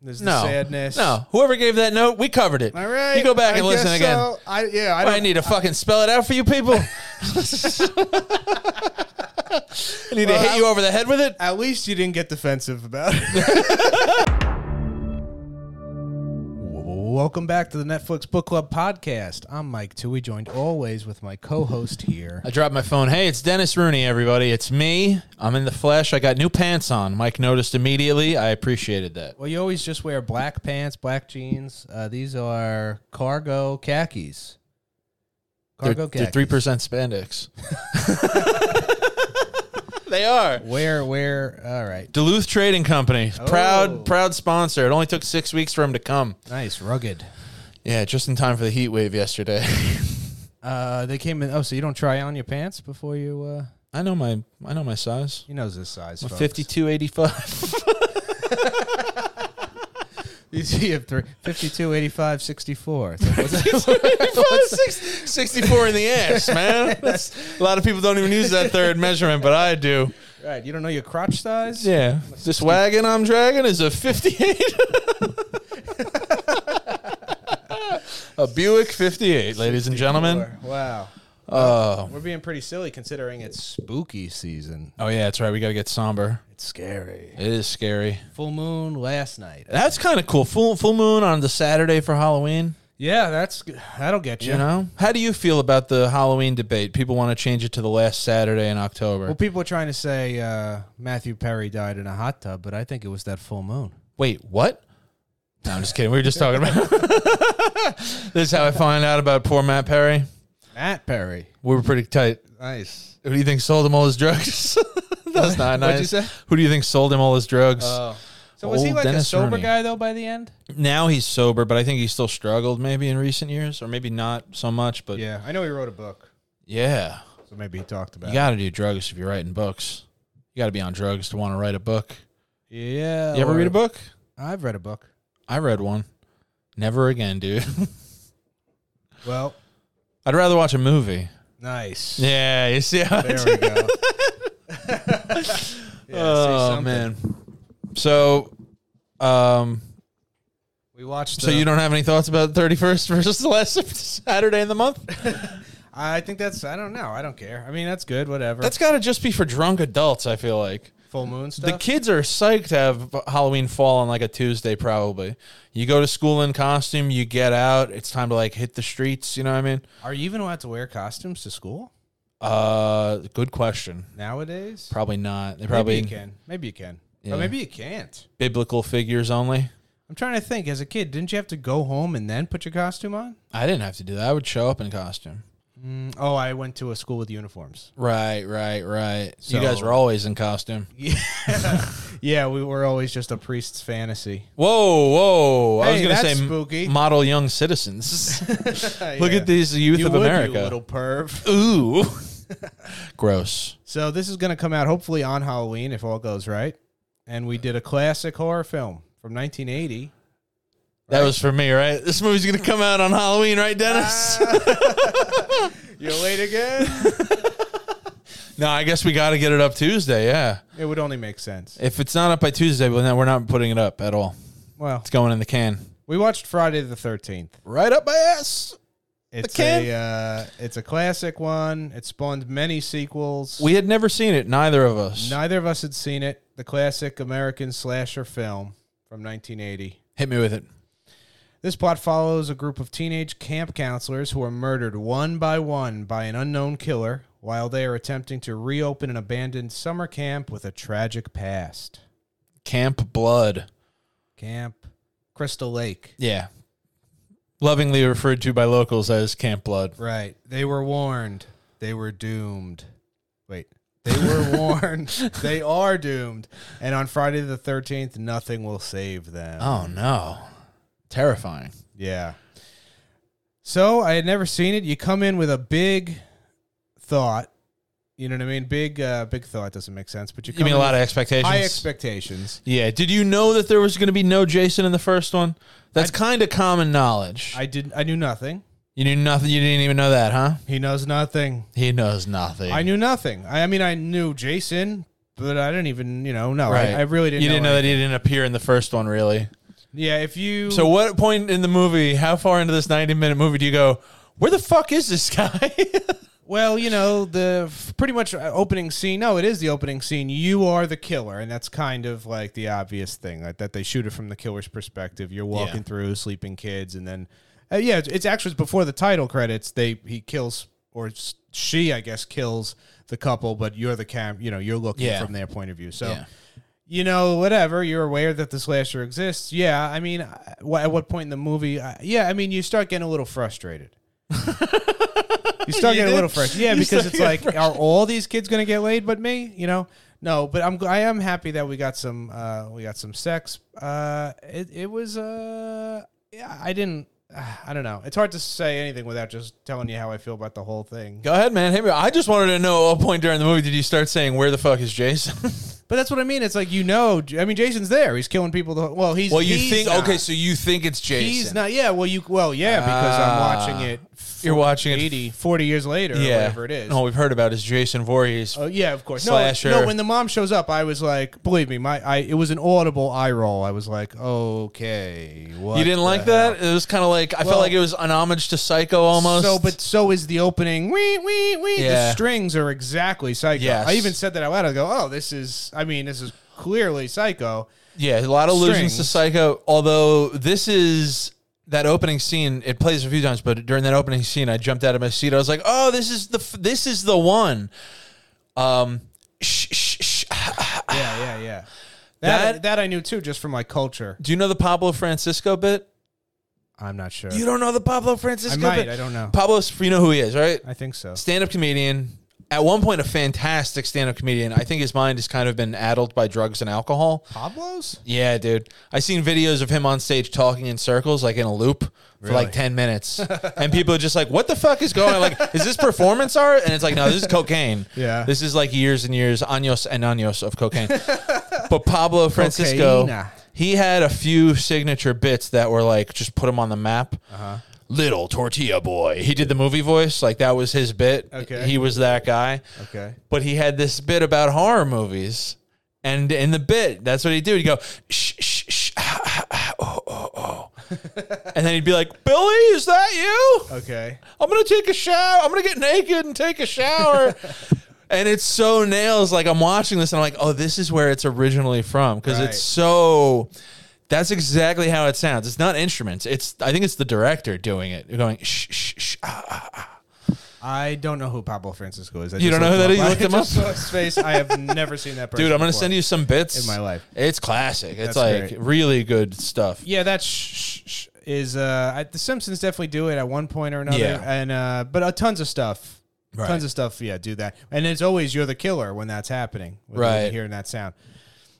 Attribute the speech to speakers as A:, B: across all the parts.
A: This is
B: No
A: the sadness.
B: No, whoever gave that note, we covered it.
A: All right.
B: you go back
A: I
B: and listen
A: guess
B: again.
A: so. I yeah. I
B: I,
A: don't
B: need to fucking spell it out for you people. I need to hit you over the head with it.
A: At least you didn't get defensive about it. Welcome back to the Netflix Book Club podcast. I'm Mike Tui, joined always with my co-host here.
B: I dropped my phone. Hey, it's Dennis Rooney, everybody. It's me. I'm in the flesh. I got new pants on. Mike noticed immediately. I appreciated that.
A: Well, you always just wear black pants, black jeans. Uh, these are cargo khakis. Cargo
B: They're
A: khakis.
B: three percent spandex. they are.
A: Where, where? All right.
B: Duluth Trading Company,
A: Oh.
B: proud proud sponsor. It only took six weeks for him to come.
A: Nice, rugged.
B: Yeah, just in time for the heat wave yesterday.
A: Uh, they came in. Oh, so you don't try on your pants before you? Uh,
B: I know my I know my size.
A: he knows this size. folks.
B: Fifty two eighty five.
A: You see, you have three, 52, 85, 64. It's like, what's that?
B: 64 in the ass, man. That's, a lot of people don't even use that third measurement, but I do.
A: right, you don't know your crotch size?
B: Yeah. This wagon I'm dragging is a 58. a Buick 58, ladies and gentlemen.
A: Wow.
B: Oh.
A: We're being pretty silly considering it's spooky season.
B: Oh, yeah, that's right. We got to get somber.
A: It's scary.
B: It is scary.
A: Full moon last night.
B: That's kind of cool. Full, full moon on the Saturday for Halloween.
A: Yeah, that's g- that'll get you.
B: You know, how do you feel about the Halloween debate? People want to change it to the last Saturday in October.
A: Well, people are trying to say uh, Matthew Perry died in a hot tub, but I think it was that full moon.
B: Wait, what? No, I'm just kidding. We were just talking about. this is how I find out about poor Matt Perry.
A: Matt Perry.
B: We were pretty tight.
A: Nice.
B: Who do you think sold him all his drugs? That's not nice.
A: What'd you say?
B: Who do you think sold him all his drugs?
A: Oh. So was he
B: Old
A: like a
B: Dennis
A: sober
B: Rooney.
A: guy though by the end?
B: now he's sober, but I think he still struggled maybe in recent years, or maybe not so much. But yeah,
A: Yeah, I know he wrote a book, so maybe he talked about. it.
B: you got to do drugs if you're writing books. You got to be on drugs to want to write a book.
A: Yeah.
B: You ever
A: or-
B: read a book?
A: I've read a book.
B: I read one. Never again, dude.
A: Well,
B: I'd rather watch a movie.
A: nice.
B: Yeah, you see how
A: There we go. Yeah, say
B: oh
A: something.
B: man. So, um,
A: We watched.
B: so you don't have any thoughts about thirty first versus the last Saturday in the month?
A: I think that's. I don't know. I don't care. I mean, that's good. Whatever.
B: That's got to just be for drunk adults. I feel like
A: full moon
B: the
A: stuff.
B: kids are psyched to have Halloween fall on like a Tuesday. Probably you go to school in costume, you get out. It's time to like hit the streets. You know what I mean?
A: Are you even allowed to wear costumes to school
B: Uh, good question.
A: nowadays?
B: Probably not. They probably
A: Maybe you can. Maybe you can.
B: Yeah.
A: But maybe you can't.
B: biblical figures only.
A: I'm trying to think. As a kid, didn't you have to go home and then put your costume on?
B: I didn't have to do that. I would show up in costume.
A: Mm, oh, I went to a school with uniforms.
B: Right, right, right.
A: So-
B: you guys were always in costume.
A: Yeah. yeah, we were always just a priest's fantasy.
B: Whoa, whoa! I was
A: Hey,
B: going to say
A: that's spooky.
B: model young citizens. Look
A: Yeah.
B: at these youth
A: You
B: of
A: would, you
B: America.
A: little perv.
B: Ooh, gross.
A: So this is going to come out hopefully on Halloween if all goes right. And we did a classic horror film from 1980.
B: That was for me, right? This movie's going to come out on Halloween, right, Dennis?
A: Ah. You're late again.
B: no, I guess we got to get it up Tuesday. Yeah,
A: it would only make sense.
B: if it's not up by Tuesday, well, then we're not putting it up at all.
A: Well,
B: It's going in the can.
A: we watched Friday the 13th.
B: Right up my ass.
A: It's
B: can-
A: a uh, it's a classic one. It spawned many sequels.
B: We had never seen it, neither of us.
A: Neither of us had seen it. The classic American slasher film from 1980.
B: Hit me with it.
A: This plot follows a group of teenage camp counselors who are murdered one by one by an unknown killer while they are attempting to reopen an abandoned summer camp with a tragic past.
B: Camp Blood.
A: Camp Crystal Lake.
B: Yeah. Lovingly referred to by locals as Camp Blood.
A: Right. They were warned. They were doomed. Wait. They were warned. They are doomed. And on Friday the 13th, nothing will save them.
B: Oh no. Terrifying.
A: Yeah. So I had never seen it. You come in with a big thought. You know what I mean? Big, uh, big thought doesn't make sense, but you,
B: You
A: come
B: mean a
A: in
B: lot of
A: with
B: expectations?
A: high expectations.
B: yeah. Did you know that there was going to be no Jason in the first one? That's kind of common knowledge.
A: I did. I knew nothing.
B: you knew nothing. You didn't even know that, huh?
A: He knows nothing.
B: He knows nothing.
A: I knew nothing. I, I mean, I knew Jason, but I didn't even, you know, no, I, I really didn't.
B: You didn't know
A: any-
B: that he didn't appear in the first one, really.
A: Yeah, if you
B: So, what point in the movie, how far into this 90 minute movie do you go, where the fuck is this guy?
A: Well, you know, the f- pretty much uh, opening scene. No, it is the opening scene. You are the killer, and that's kind of like the obvious thing like, that they shoot it from the killer's perspective. You're walking
B: Yeah.
A: through sleeping kids, and then uh, yeah, it's, it's actually before the title credits. They he kills or s- she, I guess, kills the couple, but you're the cam. You know, you're looking
B: Yeah.
A: from their point of view. So
B: Yeah.
A: you know, whatever, you're aware that the slasher exists. Yeah, I mean, I- wh- at what point in the movie? I, yeah, I mean, you start getting a little frustrated. you start
B: You
A: getting
B: did?
A: a little frustrated. Yeah,
B: You
A: because
B: start
A: it's
B: getting
A: like, are all these kids going to get laid but me? You know, no. But I'm, gl- I am happy that we got some, uh, we got some sex. Uh, it, it was, uh, yeah, I didn't. I don't know. It's hard to say anything without just telling you how I feel about the whole thing.
B: go ahead, man. Hit me. I just wanted to know at what point during the movie did you start saying, where the fuck is Jason?
A: But that's what I mean. It's like you know. I mean, Jason's there. He's killing people. The whole, well, he's
B: well, you
A: he's
B: think,
A: not.
B: okay, so you think it's Jason.
A: He's not. Yeah. Well, you. Well, yeah. Because I'm watching
B: Ah.
A: it.
B: You're watching it
A: 80, 40 years later, or
B: yeah. Oh,
A: whatever it is.
B: All we've heard about is Jason Voorhees.
A: Oh yeah, of course.
B: Slasher.
A: No, no. When the mom shows up, I was like, believe me, my I it was an audible eye roll. I was like, okay, what
B: you didn't
A: the
B: like
A: hell?
B: that? It was kind of like, I
A: uh, Well-
B: felt like it was an homage to Psycho almost.
A: So, but so is the opening. Wee wee wee. The
B: Yeah.
A: strings are exactly psycho.
B: Yes.
A: I even said that out loud. I go, oh, this is. I mean, this is clearly psycho.
B: Yeah, a lot of allusions to
A: Strings.
B: Psycho. Although this is that opening scene, it plays a few times, but during that opening scene, I jumped out of my seat. I was like, "Oh, this is the f- this is the one." Um, shh, shh, shh.
A: Yeah, yeah, yeah. That, that I knew too, just from my culture.
B: Do you know the Pablo Francisco bit?
A: I'm not sure.
B: You don't know the Pablo Francisco
A: I might.
B: bit?
A: I don't know.
B: Pablo, you know who he is, right?
A: I think so.
B: stand up comedian. At one point, a fantastic stand up comedian. I think his mind has kind of been addled by drugs and alcohol.
A: Pablo's.
B: Yeah, dude. I seen videos of him on stage talking in circles, like in a loop, for
A: Really?
B: like ten minutes, and people are just like, "What the fuck is going? on? Like, is this performance art?" And it's like, "No, this is cocaine.
A: Yeah.
B: this is like years and years, años and años of cocaine." but Pablo Francisco,
A: Cocaina.
B: he had a few signature bits that were like just put him on the map.
A: Uh-huh.
B: Little tortilla boy. He did the movie voice, like that was his bit.
A: Okay.
B: he was that guy
A: Okay.
B: but he had this bit about horror movies. And in the bit, that's what he'd do. He'd go, shh, shh, shh, ah, ah, ah, oh, oh, oh. and then he'd be like, Billy, is that you?
A: Okay.
B: I'm going to take a shower. I'm going to get naked and take a shower. and it's so nails. Like, I'm watching this and I'm like, oh, this is where it's originally from. Because
A: Right.
B: it's so, that's exactly how it sounds. It's not instruments. It's, I think it's the director doing it, going, shh, shh, shh, ah,
A: I don't know who Pablo Francisco is. I
B: You
A: just
B: don't know who
A: looked
B: that is? You
A: him
B: looked him
A: up. I just
B: up?
A: saw his face. I have never seen that person.
B: Dude, I'm gonna
A: before.
B: send you some bits
A: In my life.
B: It's classic. It's
A: That's
B: like
A: great.
B: really good stuff.
A: Yeah, that sh- sh- sh- is. Uh, I, the Simpsons definitely do it at one point or another.
B: Yeah.
A: And uh, but uh, tons of stuff.
B: Right.
A: Tons of stuff. Yeah, do that. And it's always you're the killer when that's happening. when you're
B: Right.
A: Hearing that sound.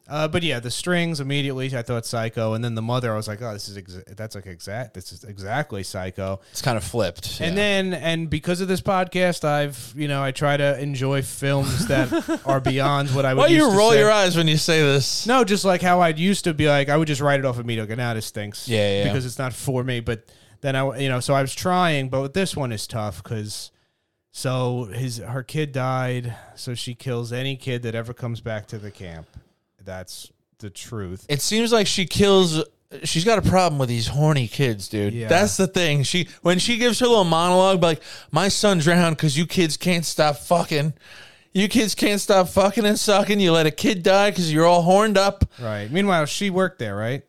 A: Uh, but yeah, the strings immediately. I thought Psycho, and then the mother. I was like, oh, this is ex- that's like exact. This is exactly Psycho.
B: It's kind of flipped.
A: And
B: yeah.
A: then, and because of this podcast, I've you know I try to enjoy films that are beyond what I would.
B: why do you
A: used to
B: roll
A: say.
B: your eyes when you say this?
A: No, just like how I'd used to be like I would just write it off immediately. Now this stinks.
B: Yeah, yeah, yeah.
A: Because it's not for me. But then I, you know, so I was trying, but with this one is tough because so his her kid died, so she kills any kid that ever comes back to the camp. That's the truth.
B: It seems like she kills. She's got a problem with these horny kids, dude.
A: Yeah.
B: That's the thing. She when she gives her little monologue, like my son drowned because you kids can't stop fucking. You kids can't stop fucking and sucking. You let a kid die because you're all horned up.
A: Right. Meanwhile, she worked there, right?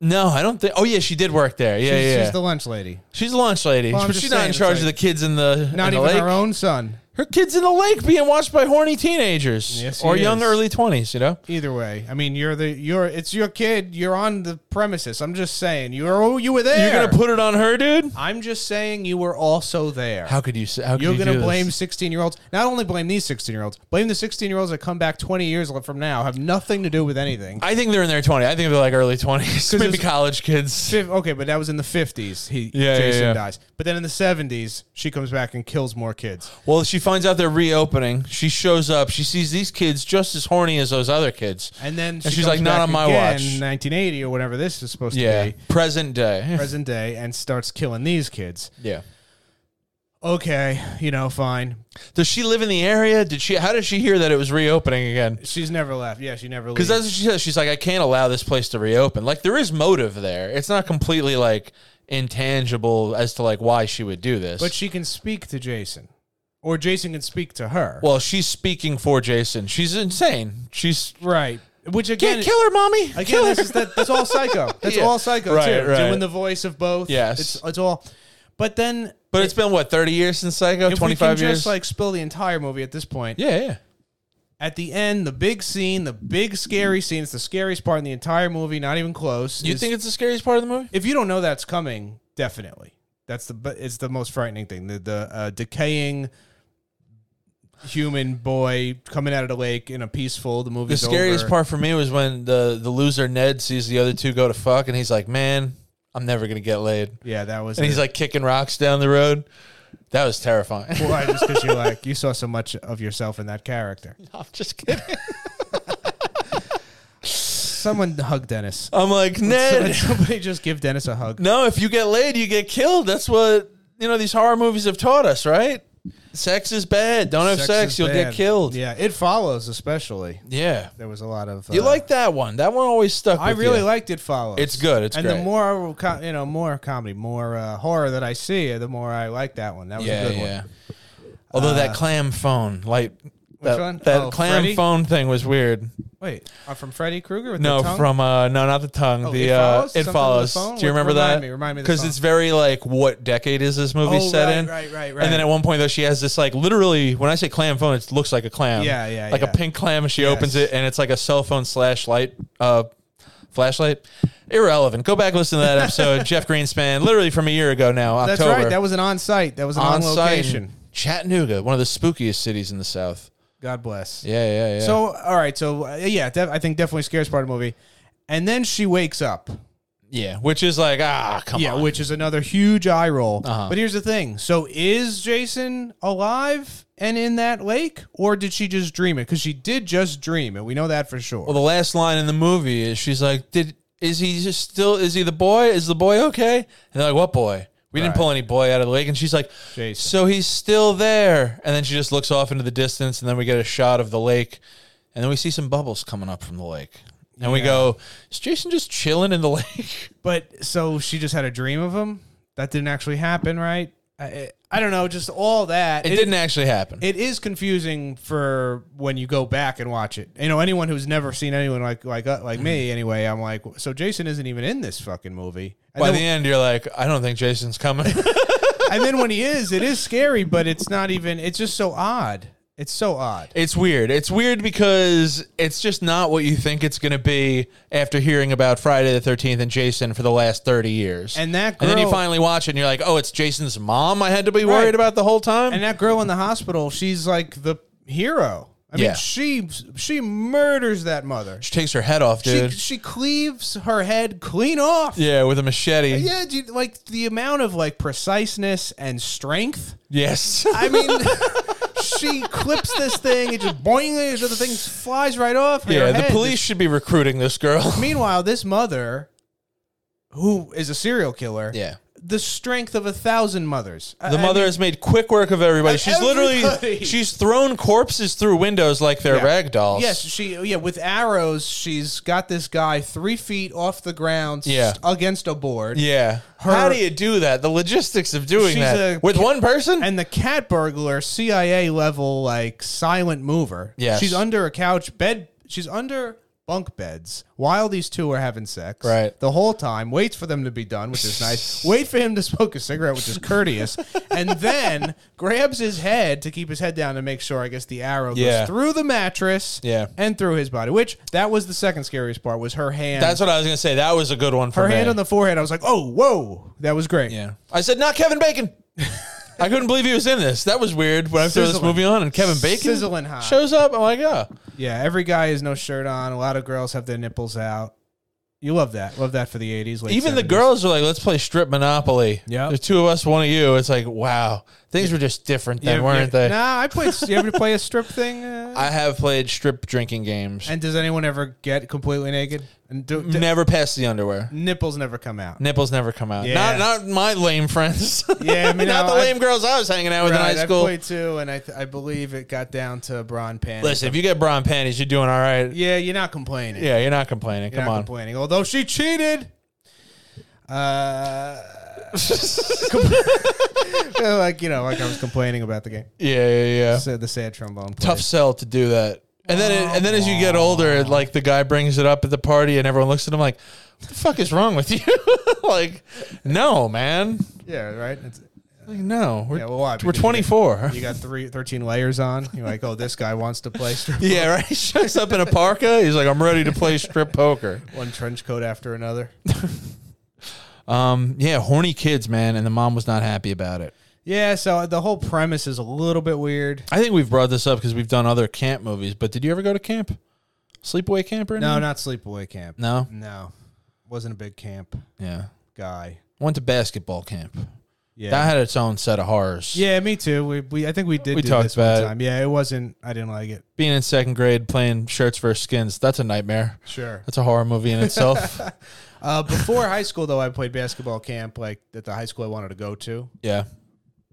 B: No, I don't think. Oh yeah, she did work there. Yeah,
A: she's,
B: yeah.
A: she's the lunch lady.
B: she's a lunch lady,
A: Well, I'm
B: but
A: just
B: she's not
A: saying,
B: in
A: it's
B: charge of
A: like-
B: the kids in the
A: Not
B: in the
A: even
B: lake.
A: her own son.
B: her kids in the lake being watched by horny teenagers
A: Yes, he
B: or young
A: is.
B: early 20s you know
A: Either way, I mean, you're the you're it's your kid. You're on the premises. I'm just saying, you're oh, you were there.
B: you're gonna put it on her dude
A: I'm just saying, you were also there.
B: how could you say how could
A: You're
B: you
A: going
B: do
A: to
B: this?
A: blame 16 year olds. Not only blame these 16 year olds, blame the 16 year olds that come back 20 years from now, have nothing to do with anything.
B: i think they're in their 20s i think they're like early 20s maybe
A: it's-
B: college kids
A: Fif- Okay, but that was in the 50s. He
B: Yeah, yeah,
A: Jason
B: yeah.
A: dies. But then in the 70s, she comes back and kills more kids.
B: well she finds out they're reopening she shows up she sees these kids just as horny as those other kids
A: And then she
B: she's
A: comes
B: like, "Not
A: back
B: on my
A: again,
B: watch."
A: 1980 or whatever this is supposed
B: yeah
A: to be,
B: present day
A: present day, and starts killing these kids.
B: yeah
A: okay, you know, fine.
B: Does she live in the area? Did she? How did she hear that it was reopening again?
A: She's never left. Yeah, she never leaves.
B: Because that's what she says. She's like, I can't allow this place to reopen. Like there is motive there. It's not completely like intangible as to like why she would do this.
A: but she can speak to Jason, or Jason can speak to her.
B: well, she's speaking for Jason. She's insane. She's
A: right. Which again,
B: can't kill her, mommy.
A: Again,
B: kill her.
A: this is that, that's all psycho. That's
B: Yeah.
A: all psycho
B: Right,
A: too.
B: right.
A: Doing the voice of both.
B: Yes.
A: it's, it's all. But then,
B: but it's been what thirty years since Psycho.
A: if
B: Twenty
A: we
B: five
A: can
B: years.
A: just like spill the entire movie at this point.
B: yeah, yeah.
A: At the end, the big scene, the big scary scene, it's the scariest part in the entire movie. Not even close.
B: You
A: is-
B: think it's the scariest part of the movie?
A: if you don't know that's coming, definitely that's the but it's the most frightening thing. The the uh, decaying human boy coming out of the lake in a peaceful. The
B: The
A: movie's
B: scariest
A: over.
B: part for me was when the the loser Ned sees the other two go to fuck, and he's like, "Man, I'm never gonna get laid."
A: Yeah, that was.
B: And he's like kicking rocks down the road. That was terrifying.
A: Why? Just because you're like you saw so much of yourself in that character.
B: I'm just kidding.
A: Someone hug Dennis.
B: I'm like Ned.
A: Somebody just give Dennis a hug.
B: No, if you get laid, you get killed. That's what you know. These horror movies have taught us, right? Sex is bad. Don't have sex.
A: is
B: you'll
A: bad.
B: get killed. Yeah.
A: Yeah, it follows especially. There was a lot of
B: You
A: uh,
B: like that one? That one always stuck.
A: I
B: with
A: really
B: you.
A: liked it. Follows.
B: It's good. It's
A: and the
B: great.
A: more co- you know, more comedy, more uh, horror that I see, the more I like that one. That was
B: Yeah,
A: a good
B: yeah.
A: one.
B: Although that clam phone, like that,
A: one?
B: that
A: Oh,
B: clam
A: Freddy?
B: phone thing was weird.
A: Wait, uh, from Freddy Krueger? With
B: No,
A: the tongue?
B: from uh, no, not the tongue.
A: Oh,
B: the
A: It
B: uh,
A: Follows?
B: it
A: Something with
B: follows.
A: the phone?
B: Do you
A: Re-
B: remember
A: remind
B: that?
A: me, remind me of the
B: Because
A: phone.
B: it's very like what decade is this movie
A: Oh,
B: set
A: right,
B: in?
A: right, right,
B: And
A: right.
B: then at one point though, she has this like literally when I say clam phone, it looks like a clam.
A: Yeah, yeah,
B: like
A: yeah.
B: a pink clam. And she opens
A: Yes.
B: it, and it's like a cell phone slash light. Uh, Flashlight, irrelevant. Go back listen to that episode. Jeff Greenspan, literally from a year ago now,
A: That's
B: October
A: right. That was an on-site. That was an
B: on
A: on-location.
B: site in Chattanooga, one of the spookiest cities in the South.
A: God bless.
B: Yeah, yeah, yeah.
A: So, all right. So, uh, yeah, def- I think definitely scariest part of the movie. And then she wakes up.
B: yeah, which is like ah, come
A: Yeah,
B: on.
A: which is another huge eye roll.
B: Uh-huh.
A: But here's the thing. So, is Jason alive and in that lake, or did she just dream it? Because she did just dream it. We know that for sure.
B: well, the last line in the movie is she's like, "Did is he just still? Is he the boy? Is the boy okay?" And they're like, "What boy? We didn't
A: Right.
B: pull any boy out of the lake." And she's like,
A: Jason.
B: "So he's still there?" And then she just looks off into the distance, and then we get a shot of the lake, and then we see some bubbles coming up from the lake, and we
A: Yeah.
B: go, "Is Jason just chilling in the lake?"
A: But so she just had a dream of him. That didn't actually happen, right? I, I- I don't know. Just all that.
B: It, didn't actually happen.
A: It is confusing for when you go back and watch it. You know, anyone who's never seen anyone like like uh, like me,
B: Mm-hmm.
A: anyway. I'm like, so Jason isn't even in this fucking movie. And,
B: By the
A: then,
B: end, you're like, "I don't think Jason's coming."
A: and then when he is, it is scary, but it's not even. It's just so odd. It's so odd.
B: It's weird. It's weird because it's just not what you think it's going to be after hearing about Friday the 13th and Jason for the last 30 years.
A: And that
B: and then you
A: girl-
B: finally watch it and you're like, oh, it's Jason's mom I had to be worried
A: Right.
B: about the whole time?
A: And that girl in the hospital, she's like the hero. I mean,
B: Yeah.
A: she she murders that mother.
B: she takes her head off,
A: She,
B: dude.
A: she cleaves her head clean off.
B: yeah, with a machete.
A: Yeah, dude, like the amount of like preciseness and strength.
B: Yes.
A: I mean, she clips this thing, it just boing, it, so the thing flies right off. her
B: yeah, the
A: head.
B: police should be recruiting this girl.
A: Meanwhile, this mother, who is a serial killer,
B: yeah.
A: the strength of a thousand mothers. Uh,
B: The mother has made quick work of everybody.
A: Of
B: She's literally
A: everybody.
B: she's thrown corpses through windows like they're rag dolls.
A: Yes, she yeah with arrows. She's got this guy three feet off the ground,
B: Yeah.
A: s- against a board.
B: Yeah.
A: Her-
B: How do you do that? The logistics of doing
A: She's
B: that
A: a-
B: with one person?
A: And the cat burglar, CIA level, like silent mover.
B: Yes.
A: She's under a couch bed. She's under bunk beds while these two are having sex.
B: Right.
A: The whole time, waits for them to be done, which is nice. Wait for him to smoke a cigarette, which is courteous, and then grabs his head to keep his head down to make sure. I guess the arrow
B: Yeah.
A: goes through the mattress.
B: Yeah.
A: And through his body, which that was the second scariest part was her hand.
B: That's what I was gonna say. That was a good one for
A: her
B: me.
A: hand on the forehead. I was like, oh, whoa, that was great.
B: yeah. I said not Kevin Bacon. I couldn't believe he was in this. That was weird when I threw this
A: Sizzling.
B: movie on and Kevin Bacon
A: Sizzling hot.
B: shows up. I'm like, oh,
A: Yeah, every guy has no shirt on. A lot of girls have their nipples out. You love that. Love that for the 80s. Late
B: even the
A: 70s.
B: girls are like, let's play strip monopoly.
A: Yep.
B: there's two of us, one of you. It's like, wow, Things were just different then,
A: You-
B: weren't
A: you-
B: they?
A: Nah, I played. You ever play a strip thing? Uh,
B: I have played strip drinking games.
A: and does anyone ever get completely naked? And do, do-
B: never pass the underwear.
A: nipples never come out.
B: Nipples never come out.
A: Yeah.
B: Not not my lame friends.
A: Yeah, I mean,
B: not
A: no,
B: the
A: I-
B: lame girls I was hanging out with
A: Right,
B: in high school.
A: I played two, and I, th- I believe it got down to brawn panties.
B: Listen, if you get bra and panties, you're doing all right.
A: Yeah, you're not complaining.
B: Yeah, you're not complaining.
A: you're
B: Come
A: not
B: on.
A: complaining. Although she cheated. Uh, like you know, like I was complaining about the game.
B: yeah, yeah, yeah.
A: Said the sad trombone. Player.
B: Tough sell to do that. And then, it, and then as you get older, like the guy brings it up at the party, and everyone looks at him like, "What the fuck is wrong with you?" like, no, man.
A: Yeah, right. It's,
B: Like, no, we're
A: yeah, well, why?
B: we're
A: Because you
B: 24.
A: got- You got three, 13 layers on. You're like, oh, this guy wants to play strip.
B: Yeah, right. He shows up in a parka. He's like, "I'm ready to play strip poker."
A: One trench coat after another.
B: Um, yeah, horny kids, man, and the mom was not happy about it.
A: Yeah, so uh, the whole premise is a little bit weird.
B: I think we've brought this up because we've done other camp movies. But did you ever go to camp, sleepaway camp or
A: No,
B: anything?
A: not sleepaway camp.
B: no,
A: No, wasn't a big camp
B: yeah.
A: guy.
B: Went to basketball camp.
A: Yeah,
B: That had its own set of horrors.
A: yeah, me too. We, we I think we did.
B: We
A: do
B: talked
A: this
B: about it.
A: one time. Yeah, it wasn't. I didn't like it.
B: Being in second grade playing shirts versus skins, that's a nightmare.
A: Sure.
B: That's a horror movie in itself.
A: Uh, before high school, though, I played basketball camp like at the high school I wanted to go to.
B: yeah.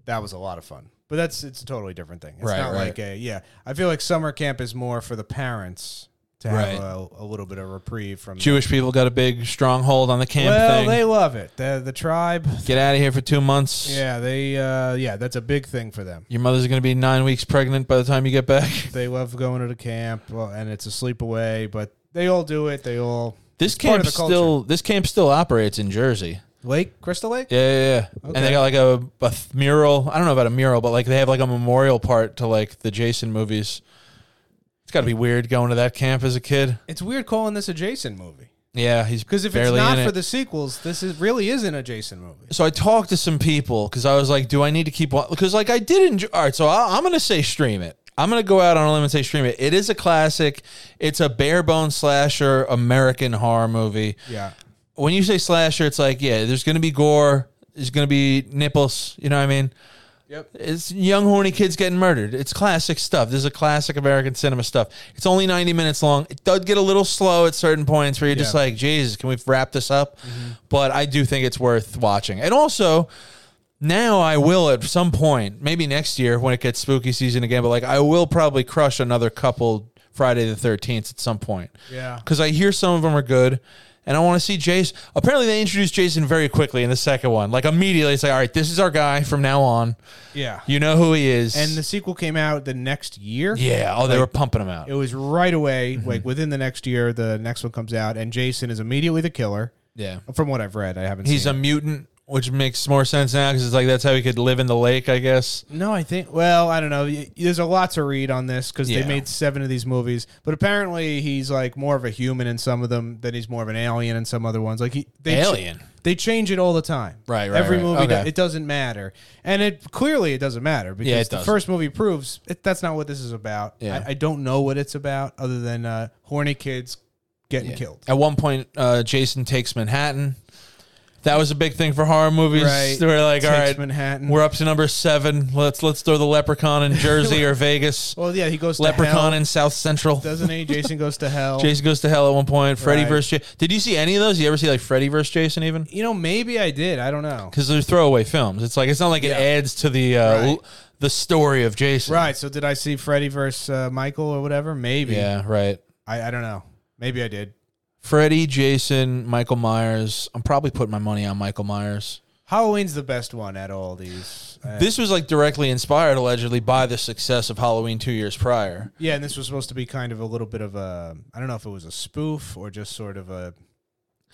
A: That was a lot of fun. But that's it's a totally different thing. It's
B: Right,
A: not
B: right.
A: like a yeah. I feel like summer camp is more for the parents to
B: Right.
A: have a, a little bit of reprieve from.
B: Jewish people got a big stronghold on the camp
A: well,
B: thing.
A: they love it. The the tribe.
B: Get out of here for two months.
A: Yeah, they uh, yeah, that's a big thing for them.
B: Your mother's going to be nine weeks pregnant by the time you get back.
A: They love going to the camp, well, and it's a sleepaway. But they all do it. They all
B: This
A: part of
B: camp
A: the culture.
B: still this camp still operates in Jersey.
A: Lake Crystal Lake.
B: Yeah, yeah, yeah. And they
A: Okay.
B: got like a, a th- mural. I don't know about a mural, but like they have like a memorial part to like the Jason movies. It's got to be weird going to that camp as a kid.
A: It's weird calling this a Jason movie
B: Yeah, he's
A: because if it's
B: barely
A: not
B: in
A: for
B: it.
A: the sequels, this is really isn't a Jason movie.
B: so I talked to some people because I was like, do I need to keep on? Because like I did enjoy. All right, so I, I'm gonna say stream it. I'm gonna go out on a limb and say stream it. It is a classic. It's a bare bone slasher American horror movie.
A: Yeah,
B: When you say slasher, it's like yeah, there's gonna be gore. There's gonna be nipples. You know what I mean?
A: Yep.
B: It's young horny kids getting murdered. It's classic stuff. This is a classic American cinema stuff. It's only 90 minutes long. It does get a little slow at certain points where you're just
A: Yeah. Mm-hmm.
B: like, Jesus, can we wrap this up? But I do think it's worth watching. And also, now I will at some point, maybe next year when it gets spooky season again, but like I will probably crush another couple Friday the 13th at some point.
A: yeah.
B: Because I hear some of them are good. And I want to see Jason. Apparently, they introduced Jason very quickly in the second one. Like, immediately, it's like, all right, this is our guy from now on.
A: Yeah.
B: You know who he is.
A: And the sequel came out the next year.
B: yeah, oh, they were pumping him out.
A: It was right away,
B: Mm-hmm.
A: like within the next year, the next one comes out, and Jason is immediately the killer.
B: yeah,
A: From what I've read, I haven't
B: he's
A: seen.
B: a mutant, which makes more sense now because it's like that's how he could live in the lake, I guess.
A: it. no, I think. Well, I don't know. Y- There's a lot to read on this because
B: Yeah.
A: they made seven of these movies, but apparently he's like more of a human in some of them than he's more of an alien in some other ones. Like he they ch-
B: Alien.
A: they change it all the time.
B: Right, right,
A: Every
B: right.
A: movie, do-
B: Okay.
A: it doesn't matter, and it clearly it doesn't matter because
B: it
A: the
B: doesn't.
A: first movie proves it, that's not what this is about.
B: Yeah.
A: I, I don't know what it's about other than uh, horny kids getting killed.
B: At one point, uh, Jason takes Manhattan. That was a big thing for horror movies.
A: Right.
B: They were like,
A: Takes
B: all right,
A: Manhattan.
B: we're up to number seven. Let's let's throw the leprechaun in Jersey or Vegas.
A: well, yeah, he goes to hell,
B: Leprechaun in South Central.
A: doesn't he? Jason goes to hell.
B: Jason goes to hell at one point. Freddy
A: Right.
B: versus Jason. Did you see any of those? You ever see like Freddy versus Jason even?
A: You know, maybe I did. I don't know.
B: Because they're throwaway films. It's like it's not like it adds to the uh,
A: Right.
B: l- the story of Jason.
A: Right. So did I see Freddy versus uh, Michael or whatever? Maybe.
B: Yeah, right.
A: I, I don't know. Maybe I did.
B: Freddy, Jason, Michael Myers. I'm probably putting my money on Michael Myers.
A: Halloween's the best one at all these. Uh,
B: This was like directly inspired allegedly by the success of Halloween 2 years prior.
A: yeah, and this was supposed to be kind of a little bit of a. I don't know if it was a spoof or just sort of a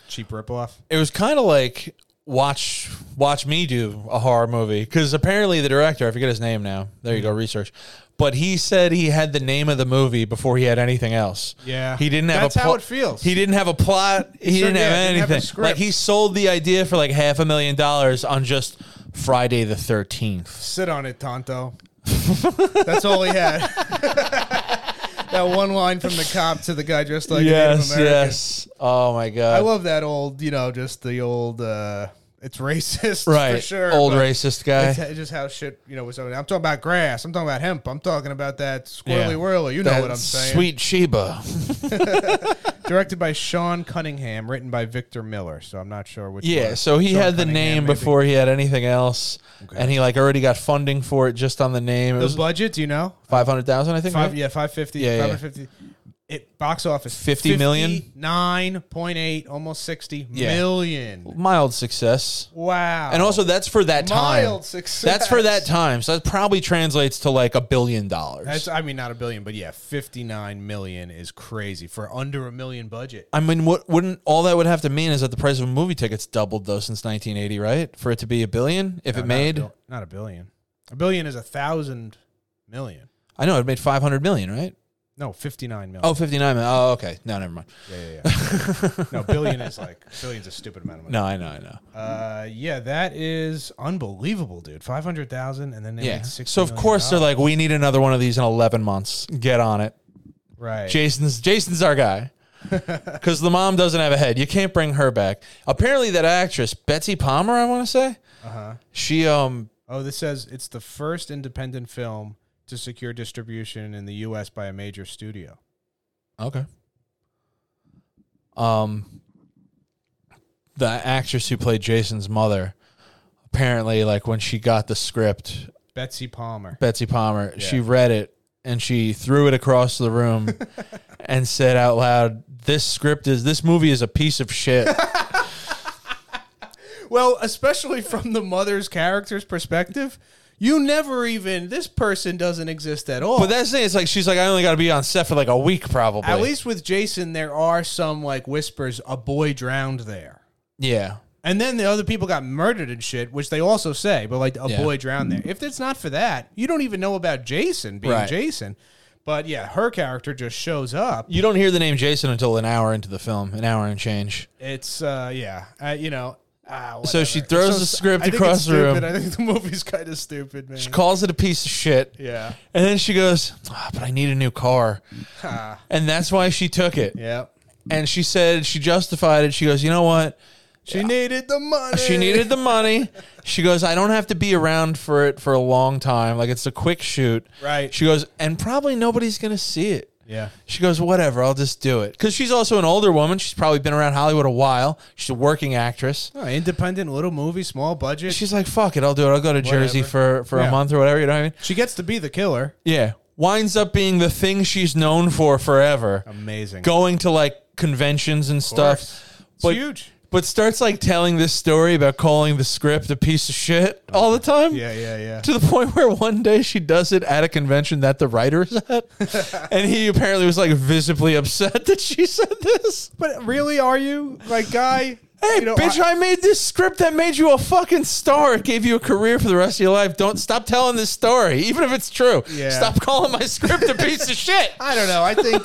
A: cheap ripoff.
B: It was kind of like watch watch me do a horror movie cuz apparently the director, I forget his name now. There you go
A: Mm-hmm.
B: research. But he said he had the name of the movie before he had anything else.
A: Yeah.
B: He didn't have
A: That's
B: a
A: how
B: pl-
A: it feels.
B: He didn't have a plot. He
A: Sure,
B: didn't have
A: yeah, didn't have a
B: anything.
A: script.
B: like he sold the idea for like half a million dollars on just Friday the 13th.
A: Sit on it, Tonto. That's all he had. that one line from the cop to the guy dressed like a Native
B: yes,
A: American.
B: yes. Oh my god.
A: I love that old, you know, just the old. Uh, It's racist
B: right?
A: for sure.
B: Old
A: but
B: racist guy.
A: It's it's just how shit, you know, was over there. I'm talking about grass. I'm talking about hemp. I'm talking about that squirrely whirly. You know
B: That
A: what I'm saying.
B: Sweet Sheba.
A: Directed by Sean Cunningham, written by Victor Miller. So I'm not sure which.
B: Yeah,
A: one.
B: so he
A: Sean
B: had the
A: Cunningham,
B: name
A: maybe.
B: before he had anything else, and he like already got funding for it just on the name. It
A: The
B: was
A: budget, do you know?
B: five hundred thousand, I think.
A: Five,
B: right?
A: yeah, five fifty.
B: Yeah, yeah.
A: five hundred fifty. It box office
B: 50 million?
A: nine point eight, almost sixty million.
B: Yeah. Mild success,
A: Wow.
B: and also that's for that time.
A: Mild success.
B: That's for that time, so that probably translates to like a billion dollars.
A: That's, I mean, not a billion, but yeah, fifty nine million is crazy for under a million budget.
B: I mean, what wouldn't all that would have to mean is that the price of a movie ticket's doubled though since 1980, right? For it to be a billion, if it
A: Not a
B: made,
A: bil- not a billion. A billion is a thousand million.
B: I know it made 500 million, right?
A: No, fifty nine million.
B: Oh, 59 million. Oh, okay. No, never mind.
A: yeah, yeah. yeah. no, billion is like billion's a stupid amount of money.
B: No, I know, I know.
A: Uh, yeah, that is unbelievable, dude. Five hundred thousand, and then they
B: Yeah.
A: made six.
B: So of course they're like, we need another one of these in 11 months. Get on it.
A: right.
B: Jason's Jason's our guy. Because the mom doesn't have a head, you can't bring her back. Apparently, that actress Betsy Palmer, I want to say,
A: uh-huh.
B: she um
A: Oh, this says it's the first independent film to secure distribution in the U.S. by a major studio.
B: Okay. Um, the actress who played Jason's mother, apparently, like when she got the script,
A: Betsy Palmer.
B: Betsy Palmer, she
A: Yeah.
B: read it and she threw it across the room and said out loud, "This script is this movie is a piece of shit."
A: Well, especially from the mother's character's perspective, you never even this person doesn't exist at all.
B: but that's the thing. It's like she's like, "I only got to be on set for like a week, probably."
A: at least with Jason, there are some like whispers. A boy drowned there.
B: yeah.
A: And then the other people got murdered and shit, which they also say, but like a
B: Yeah.
A: boy drowned there. If it's not for that, you don't even know about Jason being
B: Right.
A: Jason. But yeah, her character just shows up.
B: You don't hear the name Jason until an hour into the film, an hour and change.
A: It's uh yeah, uh, you know. ah,
B: So she
A: whatever.
B: throws
A: It's
B: the
A: st-
B: script
A: I think
B: across
A: it's
B: the room.
A: stupid. I think the movie's kind of stupid, man.
B: She calls it a piece of shit.
A: yeah,
B: And then she goes, "Ah, but I need a new car.
A: Ah.
B: And that's why she took it.
A: yeah.
B: And she said, she justified it. She goes, you know what?
A: She needed the money.
B: She needed the money. She goes, I don't have to be around for it for a long time. Like it's a quick shoot.
A: Right.
B: She goes, and probably nobody's going to see it.
A: Yeah,
B: She goes, whatever, I'll just do it. Because she's also an older woman. She's probably been around Hollywood a while. She's a working actress.
A: no, independent little movie, small budget. She,
B: She's like, fuck it, I'll do it. I'll go to Jersey for, for a
A: Yeah.
B: month or whatever. You know what I mean?
A: gets to be the killer.
B: Yeah. Winds up being the thing she's known for forever.
A: Amazing.
B: going to like conventions and
A: course.
B: stuff,
A: It's
B: but
A: huge.
B: but starts like telling this story about calling the script a piece of shit all the time.
A: Yeah, yeah, yeah.
B: To the point where one day she does it at a convention that the writer is at, and he apparently was like visibly upset that she said this.
A: But really, are you like guy?
B: Hey,
A: you know,
B: bitch! I, made this script that made you a fucking star. It gave you a career for the rest of your life. Don't stop telling this story, even if it's true.
A: Yeah.
B: Stop calling my script a piece of shit.
A: I don't know. I think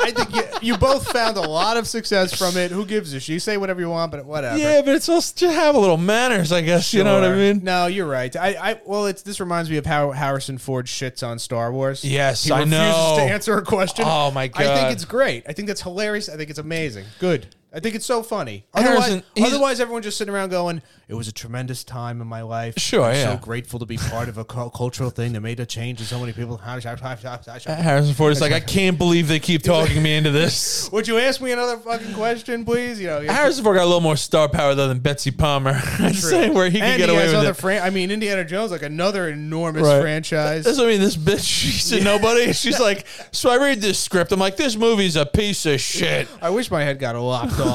A: I think you, you both found a lot of success from it. Who gives a shit? You say whatever you want, but whatever.
B: Yeah, but it's also just have a little manners, I guess. You know what I
A: Sure.
B: mean?
A: No, you're right. I, I well, it's this reminds me of how Harrison Ford shits on Star Wars.
B: Yes,
A: he
B: I
A: refuses
B: know.
A: to answer a question.
B: Oh, my
A: I
B: God.
A: think it's great. I think that's hilarious. I think it's amazing. Good. I think it's so funny. Otherwise,
B: Harrison- he's-
A: otherwise everyone's just sitting around going, "It was a tremendous time in my life.
B: Sure,
A: I'm
B: yeah.
A: So grateful to be part of a cul- cultural thing that made a change in so many people."
B: Harrison Ford is like, I can't believe they keep talking me into this.
A: Would you ask me another fucking question, please? You know, yeah.
B: Harrison Ford got a little more star power though than Betsy Palmer. I'd say where he could
A: and
B: get
A: he
B: away
A: has
B: with
A: other
B: it.
A: fran- I mean, Indiana Jones, like another enormous
B: Right.
A: franchise.
B: That's what I mean. This bitch, she's a nobody. She's like, so I read this script. I'm like, this movie's a piece of shit.
A: I wish my head got lopped off. I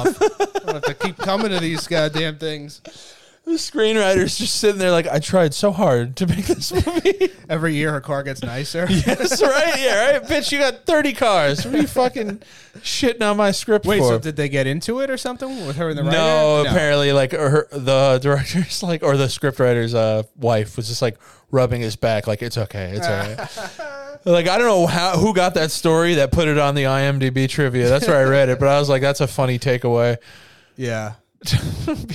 A: have to keep coming to these goddamn things
B: The screenwriter's just sitting there like, I tried so hard to make this movie.
A: every year. Her car gets nicer.
B: That's right. Yeah, right. Bitch, you got 30 cars. What are you fucking shitting on my script
A: Wait,
B: for?
A: so did they get into it or something with her and the writer?
B: No, apparently, like her, the director's like, or the scriptwriter's uh, wife was just like rubbing his back, like it's okay, it's all right. like I don't know how who got that story that put it on the IMDb trivia. That's where I read it, but I was like, that's a funny takeaway.
A: Yeah,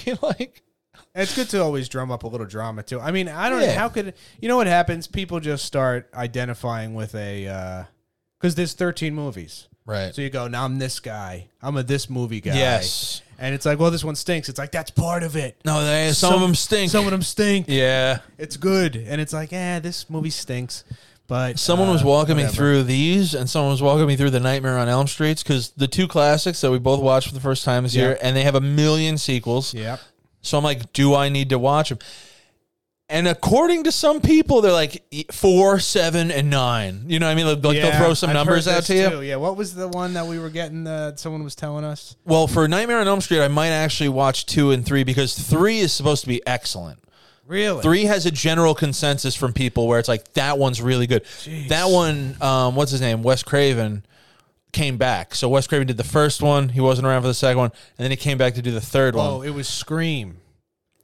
B: Be like,
A: it's good to always drum up a little drama too. I mean, I don't
B: Yeah.
A: know how could you know what uh, happens? People just start identifying with a because there's 13 movies.
B: Right.
A: So you go, now I'm this guy. I'm a this movie guy.
B: Yes.
A: And it's like, well, this one stinks. It's like that's part of it.
B: no, they, some, of them stink.
A: Some of them stink.
B: yeah.
A: It's good, and it's like, eh, this movie stinks. But
B: Someone
A: uh,
B: was walking me
A: whatever.
B: through these, and someone was walking me through the Nightmare on Elm Streets because the two classics that we both watched for the first time this
A: Yeah.
B: year, and they have a million sequels.
A: Yep.
B: So I'm like, do I need to watch them? And according to some people, they're like e- four, seven, and nine. You know what I mean? Like, like they'll
A: Yeah,
B: throw some
A: I've
B: numbers
A: heard
B: out
A: this
B: to you.
A: too. Yeah. What was the one that we were getting that someone was telling us?
B: Well, for Nightmare on Elm Street, I might actually watch two and three because three is supposed to be excellent.
A: Really?
B: Three has a general consensus from people where it's like that one's really good. That one, um, what's his name? Wes Craven came back. So Wes Craven did the first one. He wasn't around for the second one, and then he came back to do the third
A: Oh,
B: one.
A: it was Scream.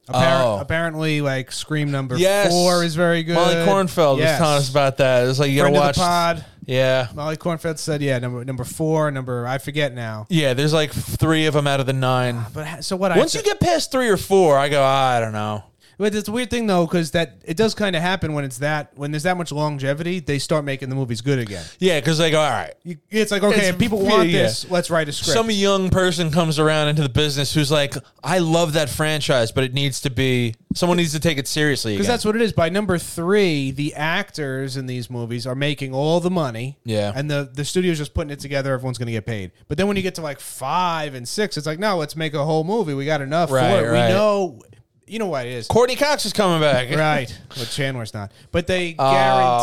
A: Appar-
B: Oh.
A: Apparently, like Scream number
B: Yes.
A: four is very good.
B: Molly Kornfeld was
A: Yes.
B: telling us about that. It was like you gotta
A: Friend of the
B: watch.
A: pod.
B: Yeah,
A: Molly Kornfeld said, "Yeah, number number four, number I forget now."
B: yeah. There's like three of them out of the nine.
A: But ha- so what?
B: Once
A: I
B: you get past three or four, I go, "Ah, I don't know.
A: but it's a weird thing though, because that it does kind of happen when it's that when there's that much longevity, they start making the movies good again.
B: Yeah, because they go, all right.
A: You, it's like okay,
B: It's-
A: if people
B: yeah,
A: want
B: yeah.
A: this, let's write a script.
B: Some young person comes around into the business who's like, I love that franchise, but it needs to be someone needs to take it seriously.
A: Because
B: again."
A: that's what it is. By number three, the actors in these movies are making all the money.
B: Yeah.
A: And the, the studio's just putting it together. Everyone's going to get paid. But then when you get to like five and six, it's like, no, let's make a whole movie. We got enough
B: Right,
A: for it.
B: right.
A: We know. You know what it is.
B: Courtney Cox is coming back.
A: right. But Chandler's not. But they
B: Oh,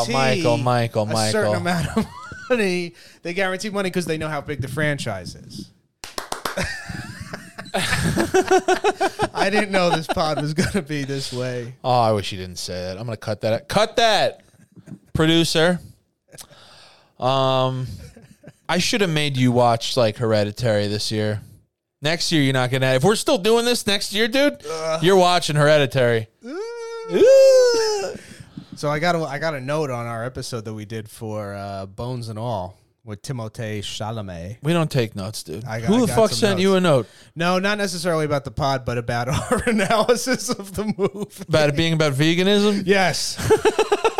A: guarantee
B: Michael, Michael,
A: a
B: Michael.
A: certain amount of money. They guarantee money because they know how big the franchise is. I didn't know this pod was going to be this way.
B: Oh, I wish you didn't say that. I'm gonna cut that. out. Cut that, producer. Um, I should have made you watch like Hereditary this year. Next year, you're not gonna. If we're still doing this next year, dude, you're watching Hereditary. Ooh.
A: So I got a, I got a note on our episode that we did for uh, Bones and All with Timothée Chalamet.
B: We don't take notes, dude.
A: I got-
B: Who
A: I
B: the
A: got
B: fuck
A: some
B: sent
A: notes.
B: you a note
A: No, not necessarily about the pod, but about our analysis of the movie.
B: about it being about veganism?
A: Yes,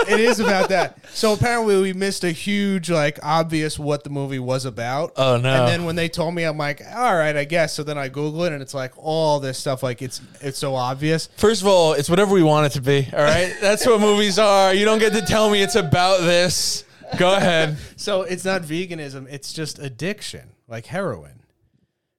A: it is about that. So apparently we missed a huge, like, obvious what the movie was about.
B: Oh, no.
A: And then when they told me, I'm like, all right, I guess. So then I Google it, and it's like all this stuff. Like it's it's so obvious.
B: First of all, it's whatever we want it to be. All right, that's what movies are. You don't get to tell me it's about this. Go ahead.
A: So it's not veganism, it's just addiction, like heroin.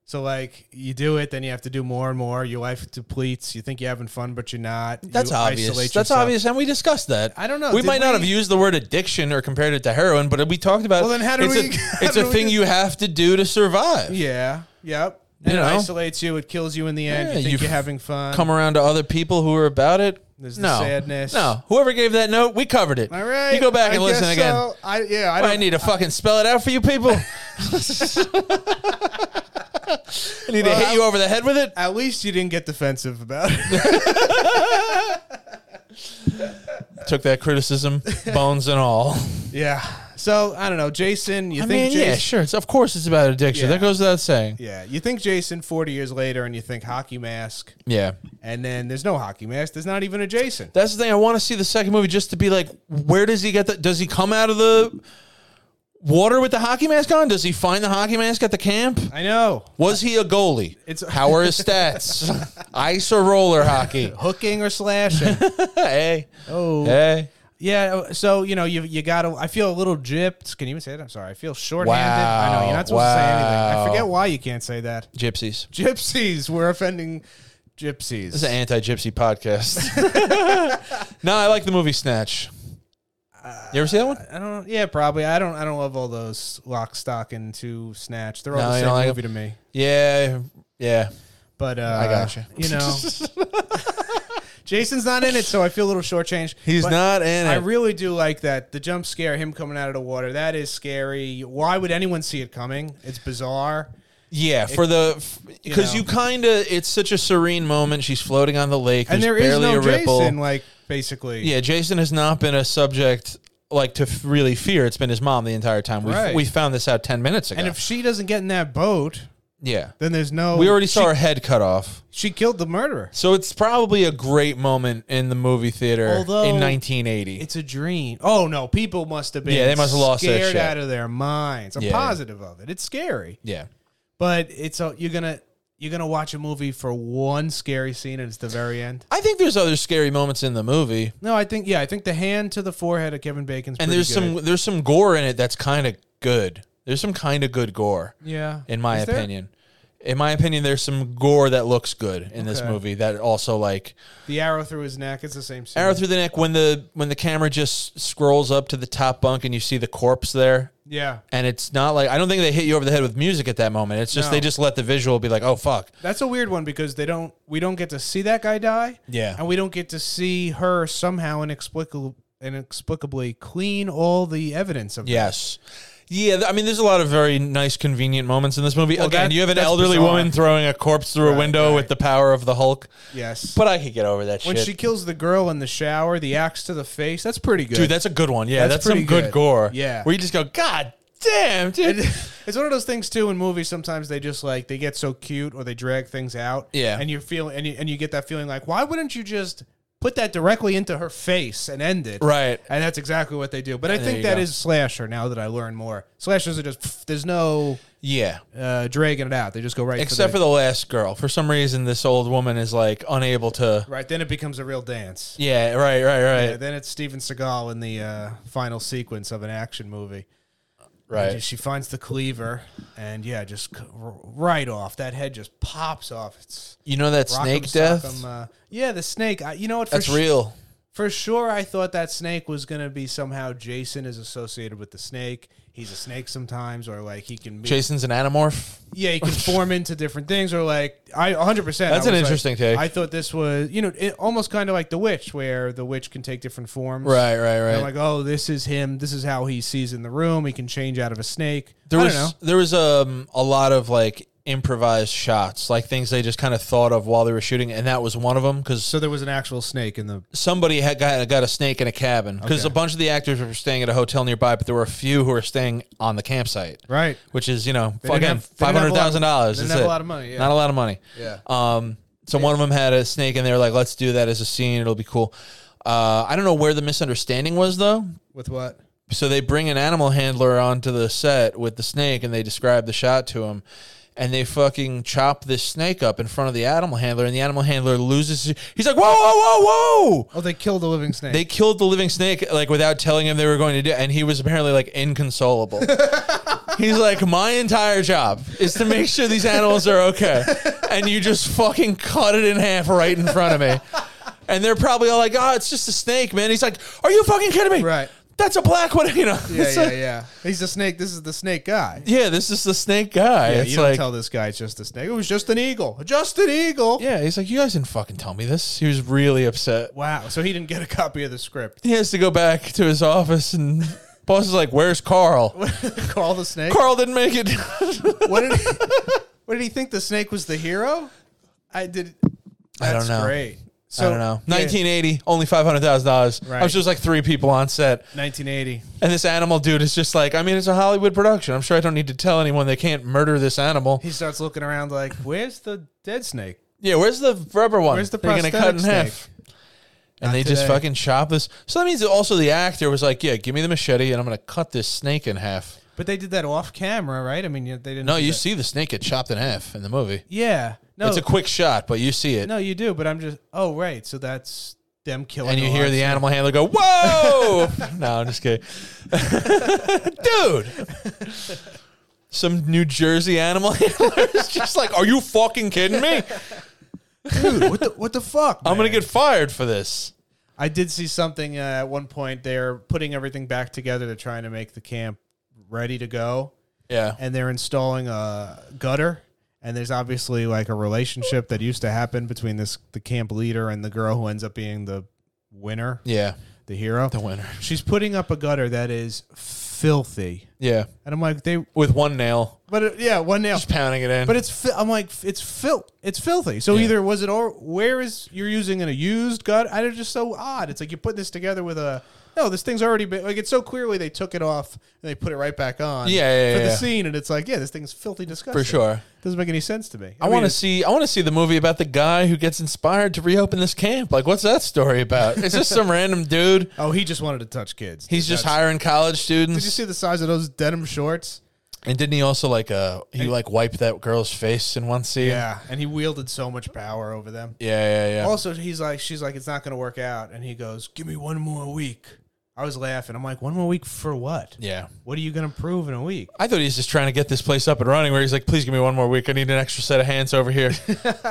A: So like you do it, then you have to do more and more. Your life depletes. You think you're having fun, but you're not.
B: That's
A: You
B: obvious.
A: isolate
B: That's
A: yourself.
B: obvious, and we discussed that.
A: I don't know.
B: We
A: Did
B: might not
A: we-
B: have used the word addiction or compared it to heroin, but we talked about.
A: Well, then how do
B: it's
A: we- how
B: A, it's
A: do
B: a
A: we
B: thing
A: get-
B: you have to do to survive.
A: Yeah. Yep. And
B: You
A: it
B: know.
A: isolates you. It kills you in the end.
B: Yeah,
A: you think
B: you've
A: you're having fun.
B: Come around to other people who are about it.
A: There's the
B: no
A: sadness.
B: No, whoever gave that note, we covered it.
A: All right.
B: you go back
A: I
B: and listen
A: guess
B: again.
A: so. I yeah. I
B: I,
A: don't
B: need to fucking spell it out for you people. I need to hit you over the head with it.
A: At least you didn't get defensive about it.
B: Took that criticism, bones and all.
A: yeah. So I don't know, Jason. You
B: I mean,
A: think Jason?
B: yeah, sure. It's, of course, it's about addiction.
A: Yeah.
B: That goes without saying.
A: yeah. You think Jason 40 years later, and you think hockey mask,
B: Yeah.
A: and then there's no hockey mask. There's not even a Jason.
B: That's the thing. I want to see the second movie just to be like, where does he get the? Does he come out of the water with the hockey mask on? Does he find the hockey mask at the camp?
A: I know.
B: Was he a goalie?
A: It's-
B: How are his stats? Ice or roller hockey?
A: Hooking or slashing.
B: hey,
A: oh.
B: hey.
A: Yeah, uh, so you know, you you got to I feel a little gypped. Can you even say that? I'm sorry. I feel shorthanded. I know you're
B: Wow.
A: not supposed to say anything. I
B: Wow.
A: forget why you can't say that.
B: Gypsies.
A: Gypsies, we're offending gypsies.
B: This is an anti-gypsy podcast. no, I like the movie Snatch. You ever see that one?
A: I don't yeah, probably. I don't I don't love all those lock stock and two snatch. They're all
B: No,
A: the
B: you
A: same
B: don't like
A: movie to me.
B: Yeah, yeah.
A: But uh
B: I gotcha.
A: you know. Jason's not in it, so I feel a little shortchanged.
B: He's
A: But-
B: not in
A: I
B: it.
A: really do like that. The jump scare, him coming out of the water, that is scary. Why would anyone see it coming? It's bizarre.
B: yeah, for the
A: you
B: because
A: know.
B: you, kind of it's such a serene moment. She's floating on the lake,
A: And
B: There's
A: there is
B: barely
A: no
B: a ripple.
A: Jason, like, basically.
B: Yeah, Jason has not been a subject like to f- really fear. It's been his mom the entire time. We
A: Right.
B: we found this out ten minutes ago.
A: And if she doesn't get in that boat,
B: Yeah.
A: Then there's no.
B: We already saw
A: She,
B: her head cut off.
A: she killed the murderer.
B: So it's probably a great moment in the movie theater
A: Although-
B: in 1980.
A: It's a dream. Oh no, people must have been.
B: Yeah, they must have lost their
A: scared
B: shit.
A: out of their minds. I'm
B: Yeah.
A: positive of it. It's scary,
B: Yeah.
A: but it's a, you're gonna you're gonna watch a movie for one scary scene, and it's the very end.
B: I think there's other scary moments in the movie,
A: No, I think yeah, I think the hand to the forehead of Kevin Bacon's
B: and
A: pretty
B: there's
A: good.
B: some there's some gore in it that's kind of good. There's some kind of good gore,
A: yeah,
B: in my
A: Is there?
B: opinion. In my opinion, there's some gore that looks good in this
A: Okay.
B: movie. That also like
A: The arrow through his neck. It's the same scene.
B: arrow through the neck when the when the camera just scrolls up to the top bunk and you see the corpse there.
A: yeah,
B: And it's not like I don't think they hit you over the head with music at that moment. It's just
A: No.
B: they just let the visual be like, oh fuck,
A: that's a weird one because they don't. We don't get to see that guy die.
B: Yeah.
A: and we don't get to see her somehow inexplicably inexplicably clean all the evidence of that.
B: Yes. Yeah, th- I mean, there's a lot of very nice, convenient moments in this movie.
A: Well,
B: Again,
A: that-
B: you have an
A: that's
B: elderly
A: bizarre.
B: woman throwing a corpse through a
A: Right,
B: window
A: right.
B: with the power of the Hulk.
A: Yes.
B: But I could get over that
A: when
B: shit.
A: she kills the girl in the shower, the axe to the face, that's pretty good.
B: dude, that's a good one. Yeah,
A: That's
B: that's, some
A: pretty
B: good,
A: good.
B: gore.
A: Yeah.
B: Where you just go, God damn, dude.
A: it's one of those things too in movies. Sometimes they just like they get so cute or they drag things out.
B: Yeah.
A: and you feel and you, and you get that feeling like, why wouldn't you just put that directly into her face and end it?
B: right.
A: And that's exactly what they do. But I
B: there
A: think
B: you
A: that
B: go.
A: is slasher. Now that I learn more, slashers are just pff, there's no
B: Yeah.
A: uh, dragging it out. They just go right.
B: Except for the last girl. For some reason, this old woman is like unable to.
A: right. Then it becomes a real dance.
B: Yeah, right, right, right.
A: Yeah, then it's Steven Seagal in the uh, final sequence of an action movie.
B: right.
A: And She finds the cleaver, and yeah, just c- r- right off that head just pops off. It's
B: you know that
A: rock'em,
B: snake death?
A: sock'em, uh, yeah, the snake. I, you know what? For
B: that's
A: su-
B: real.
A: For sure, I thought that snake was gonna be somehow Jason is associated with the snake. He's a snake sometimes, or like he can be.
B: Jason's an anamorph.
A: Yeah, he can form into different things, or like I 100. percent
B: That's an interesting take.
A: I thought this was, you know, it, almost kind of like the witch, where the witch can take different forms.
B: Right, right, right.
A: And I'm like, oh, this is him. This is how he sees in the room. He can change out of a snake.
B: There
A: I
B: was
A: don't know.
B: there was um a lot of like improvised shots, like things they just kind of thought of while they were shooting, and that was one of them because
A: So there was an actual snake in the.
B: somebody had got, got a snake in a cabin because
A: Okay.
B: a bunch of the actors were staying at a hotel nearby, but there were a few who were staying on the campsite,
A: Right.
B: which is you know
A: They didn't
B: again
A: have- they
B: five
A: didn't have
B: hundred
A: a lot of-
B: thousand dollars.
A: they didn't
B: That's
A: have a
B: it.
A: lot of money, yeah.
B: Not a lot of money.
A: Yeah.
B: Um. So one of them had a snake, and they were like, "Let's do that as a scene. It'll be cool." Uh, I don't know where the misunderstanding was though,
A: With what?
B: so they bring an animal handler onto the set with the snake and they describe the shot to him and they fucking chop this snake up in front of the animal handler and the animal handler loses his- he's like whoa whoa whoa whoa
A: Oh, they killed the living snake.
B: they killed the living snake like without telling him they were going to do it, and he was apparently like inconsolable he's like my entire job is to make sure these animals are okay and you just fucking cut it in half right in front of me and they're probably all like oh it's just a snake man he's like are you fucking kidding me
A: Right.
B: that's a black one you know
A: yeah,
B: It's
A: yeah,
B: like-
A: yeah. He's the snake. This is the snake guy.
B: yeah, this is the snake guy.
A: Yeah,
B: it's
A: you don't
B: like,
A: tell this guy it's just a snake. It was just an eagle. Just an eagle.
B: yeah, he's like, you guys didn't fucking tell me this. He was really upset.
A: Wow. So he didn't get a copy of the script.
B: He has to go back to his office, and boss is like, "Where's Carl?
A: Call the snake.
B: Carl didn't make it."
A: What did he, what did he think the snake was the hero? I did. That's
B: I don't know.
A: Great. So,
B: I don't know.
A: yeah,
B: 1980, only five hundred thousand dollars. I
A: Right.
B: was just like three people on set,
A: 1980.
B: and this animal dude is just like, I mean, it's a Hollywood production. I'm sure I don't need to tell anyone they can't murder this animal.
A: He starts looking around like, "Where's the dead snake?"
B: Yeah, where's the rubber one?
A: Where's the
B: They're gonna cut in
A: prosthetic
B: half. And they just
A: today.
B: fucking chop this. So that means that also the actor was like, "Yeah, give me the machete, and I'm gonna cut this snake in half."
A: But they did that off camera, right? I mean, you- they didn't.
B: No,
A: do
B: you
A: that.
B: see the snake get chopped in half in the movie.
A: Yeah. No.
B: It's a quick shot, but you see it,
A: no, you do. But I'm just. Oh, right. So that's them killing.
B: and you
A: the
B: hear
A: live
B: the
A: snake.
B: animal handler go, "Whoa!" no, I'm just kidding, dude. Some New Jersey animal handler is just like, "Are you fucking kidding me?
A: Dude, what the what the fuck?
B: I'm gonna
A: man?
B: get fired for this."
A: I did see something uh, at one point. They're putting everything back together. They're trying to make the camp ready to go,
B: Yeah,
A: and they're installing a gutter. And there's obviously like a relationship that used to happen between this the camp leader and the girl who ends up being the winner,
B: yeah,
A: the hero.
B: the winner.
A: She's putting up a gutter that is filthy.
B: Yeah,
A: And I'm like, they,
B: with one nail,
A: but it, yeah, one nail.
B: just pounding it in.
A: But it's, fi- I'm like, it's fil- it's filthy. So
B: Yeah.
A: either was it or where is you're using in a used gut? I it's just so odd. It's like you put this together with a no. This thing's already been like it's so clearly they took it off and they put it right back on.
B: Yeah, yeah,
A: for
B: yeah,
A: the
B: yeah.
A: scene, and it's like yeah, this thing's filthy disgusting
B: for sure.
A: Doesn't make any sense to me.
B: I
A: mean,
B: want to see. I want to see the movie about the guy who gets inspired to reopen this camp. Like, what's that story about? Is this some random dude?
A: Oh, he just wanted to touch kids.
B: He's just
A: That's-
B: hiring college
A: Did you
B: students.
A: see the size of those denim shorts?
B: And didn't he also like uh he like wiped that girl's face in one scene?
A: Yeah, and he wielded so much power over them.
B: yeah, yeah. yeah.
A: Also, he's like, she's like, it's not going to work out, and he goes, "Give me one more week." I was laughing. I'm like, one more week for what?
B: yeah.
A: What are you going to prove in a week?
B: I thought he was just trying to get this place up and running. Where he's like, "Please give me one more week. I need an extra set of hands over here.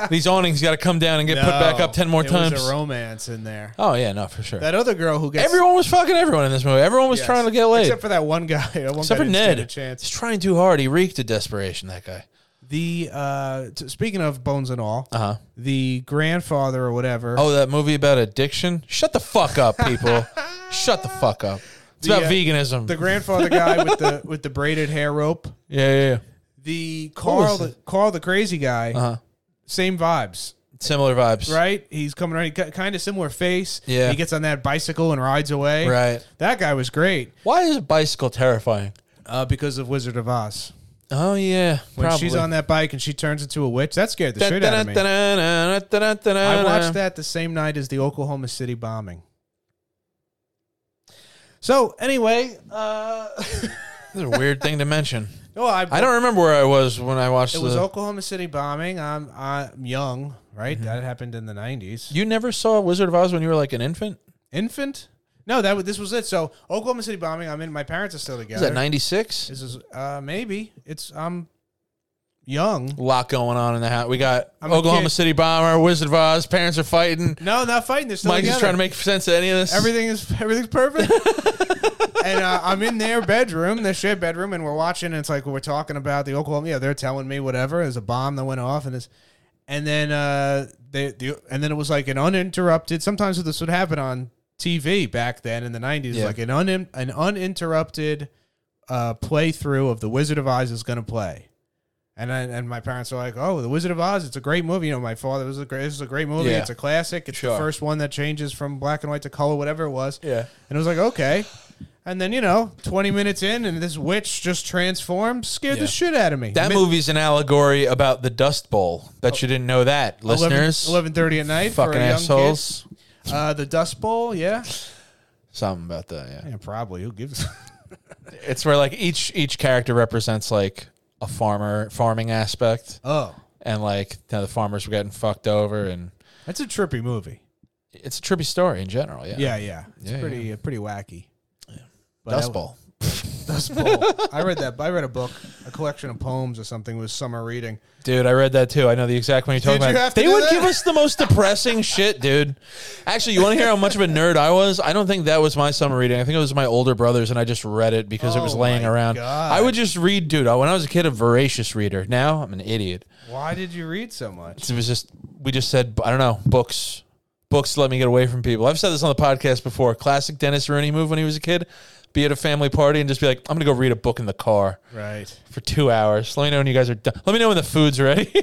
B: These awnings got to come down and get put back up ten more
A: it
B: times."
A: Was a romance in there.
B: oh yeah, no, for sure.
A: That other girl who gets
B: everyone was fucking everyone in this movie. Everyone was
A: yes.
B: trying to get laid,
A: except
B: except,
A: for that one guy. That one guy
B: for
A: didn't stand
B: Ned.
A: a chance.
B: He's trying too hard. He reeked of desperation. That guy.
A: The uh, t- speaking of bones and all,
B: Uh huh.
A: the grandfather or whatever.
B: Oh, that movie about addiction? Shut the fuck up, people. Shut the fuck up. It's
A: The,
B: about
A: uh,
B: veganism.
A: The grandfather guy with the with the braided hair rope.
B: yeah, yeah, yeah.
A: The
B: was
A: Carl, the, Carl the crazy guy.
B: Uh-huh.
A: Same vibes.
B: Similar vibes.
A: right? He's coming around. He got kind of similar face.
B: Yeah.
A: He gets on that bicycle and rides away.
B: Right.
A: That guy was great
B: Why is a bicycle terrifying?
A: uh, because of Wizard of Oz.
B: Oh yeah,
A: When
B: probably.
A: she's on that bike and she turns into a witch, that scared the shit out of me. I
B: I
A: watched that the same night as the Oklahoma City bombing. So anyway, uh,
B: That's a weird thing to mention.
A: no, I,
B: I don't remember where I was when I watched
A: It was
B: the-
A: Oklahoma City bombing. I'm I'm young, right?
B: Mm-hmm.
A: That happened in the '90s.
B: You never saw Wizard of Oz when you were like an infant?
A: Infant? No, that was, this was it. So Oklahoma City bombing. I'm in. My parents are still together.
B: Is that 96?
A: This is uh maybe it's I'm young.
B: A lot going on in the house. We got
A: I'm a
B: Oklahoma
A: kid.
B: City bomber, Wizard of Oz, parents are fighting.
A: No, not fighting. They're still
B: Mike's just
A: together.
B: trying to make sense of any of this.
A: everything is everything's perfect. and uh, I'm in their bedroom, their shared bedroom, and we're watching. And it's like we're talking about the Oklahoma. Yeah, they're telling me whatever. There's a bomb that went off, and it's and then uh they the, and then it was like an uninterrupted. Sometimes this would happen on TV back then in the 90s,
B: Yeah.
A: like an un an uninterrupted uh playthrough of The Wizard of Oz is going to play. And I, and my parents were like, "Oh, The Wizard of Oz, it's a great movie." You know, my father was a great. This is a great movie.
B: Yeah.
A: It's a classic. It's the
B: Sure.
A: first one that changes from black and white to color, whatever it was.
B: Yeah.
A: And it was like, okay. And then you know, twenty minutes in, and this witch just transforms, scared
B: Yeah.
A: the shit out of me.
B: That
A: Mi- Oh.
B: movie's an allegory about the Dust Bowl. Bet you didn't know that,
A: 11
B: listeners.
A: 11:30 at night for
B: fucking
A: a young
B: assholes.
A: kid. Uh, the Dust Bowl, yeah,
B: Something about that. Yeah.
A: yeah, probably. Who gives?
B: It's where like each each character represents like a farmer farming aspect,
A: oh,
B: and like now the farmers were getting fucked over, and
A: that's a trippy movie.
B: it's a trippy story in general. Yeah.
A: Yeah, yeah, it's
B: Yeah,
A: pretty uh, pretty wacky. But
B: Dust
A: I-
B: Bowl.
A: Dust Bowl. I read that. I read a book, a collection of poems or something. It was summer reading.
B: Dude, I read that too. I know the exact one you're talking
A: Did you
B: about.
A: have to
B: they
A: do
B: would
A: that?
B: give us the most depressing shit, dude. Actually, you want to hear how much of a nerd I was? I don't think that was my summer reading. I think it was my older brother's, and I just read it because it was
A: Oh
B: laying
A: my
B: around.
A: God.
B: I would just read, dude. I- When I was a kid, a voracious reader. Now I'm an idiot.
A: Why did you read so much?
B: It was just we just said I don't know books. Books let me get away from people. I've said this on the podcast before. Classic Dennis Rooney move when he was a kid. Be at a family party and just be like, I'm gonna go read a book in the car
A: Right.
B: for two hours. Let me know when you guys are done. Let me know when the food's ready.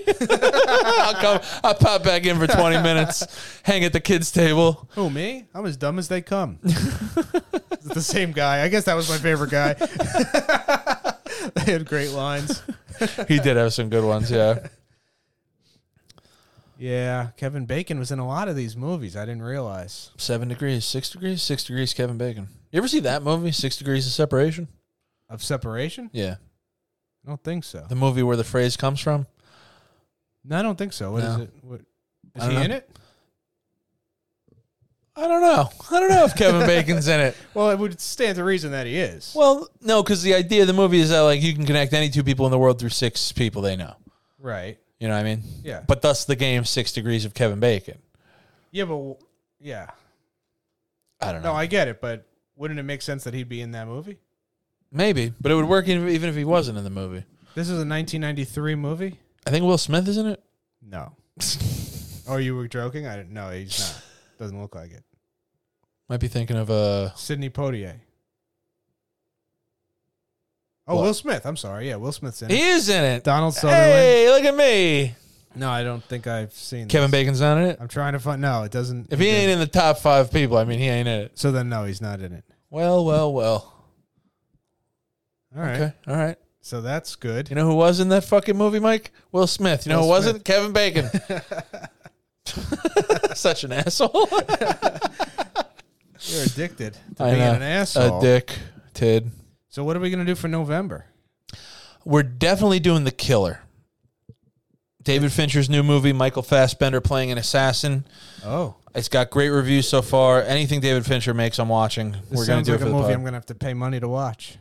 B: I'll come. I'll pop back in for 20 minutes, hang at the kids' table.
A: Who me? I'm as dumb as they come. the same guy. I guess that was my favorite guy. they had great lines.
B: He did have some good ones, yeah.
A: Yeah, Kevin Bacon was in a lot of these movies. I didn't realize.
B: Seven degrees, six degrees, six degrees, Kevin Bacon. You ever see that movie, Six Degrees of Separation?
A: Of separation?
B: Yeah.
A: I don't think so.
B: The movie where the phrase comes from?
A: No, I don't think so. What is
B: No.
A: it? What,
B: I
A: is
B: don't
A: he
B: know.
A: in it?
B: I don't know. I don't know if Kevin Bacon's in it.
A: Well, it would stand to reason that he is.
B: Well, no, because the idea of the movie is that like you can connect any two people in the world through six people they know.
A: Right.
B: You know what I mean?
A: Yeah.
B: But thus the game Six Degrees of Kevin Bacon.
A: Yeah, but w- yeah.
B: I don't know.
A: No, I get it, but wouldn't it make sense that he'd be in that movie?
B: Maybe, but it would work even even if he wasn't in the movie.
A: This is a 1993 movie?
B: I think Will Smith is in it.
A: No. Oh, you were joking? I didn't. No, he's not. Doesn't look like it.
B: Might be thinking of uh
A: Sidney Poitier. Oh, Will Smith. I'm sorry. Yeah, Will Smith's in it.
B: He is in it.
A: Donald Sutherland.
B: Hey, look at me.
A: No, I don't think I've seen.
B: Kevin
A: this.
B: Bacon's not in it.
A: I'm trying to find. No, it doesn't.
B: If he
A: it
B: ain't
A: didn't-
B: in the top five people, I mean, he ain't in it.
A: so then no, he's not in it.
B: Well, well, well.
A: All right.
B: Okay, all right.
A: So that's good.
B: You know who was in that fucking movie, Mike? Will Smith. You know
A: Will
B: who wasn't? Kevin Bacon. Such an asshole.
A: You're addicted to
B: I
A: being
B: know.
A: an asshole.
B: A dick, Tid.
A: so what are we gonna do for November?
B: We're definitely doing The Killer. David Fincher's new movie, Michael Fassbender playing an assassin.
A: Oh,
B: It's got great reviews so far. Anything David Fincher makes, I'm watching.
A: this
B: We're going to
A: sounds
B: do
A: like
B: it
A: a
B: for the
A: movie
B: pod.
A: I'm gonna have to pay money to watch.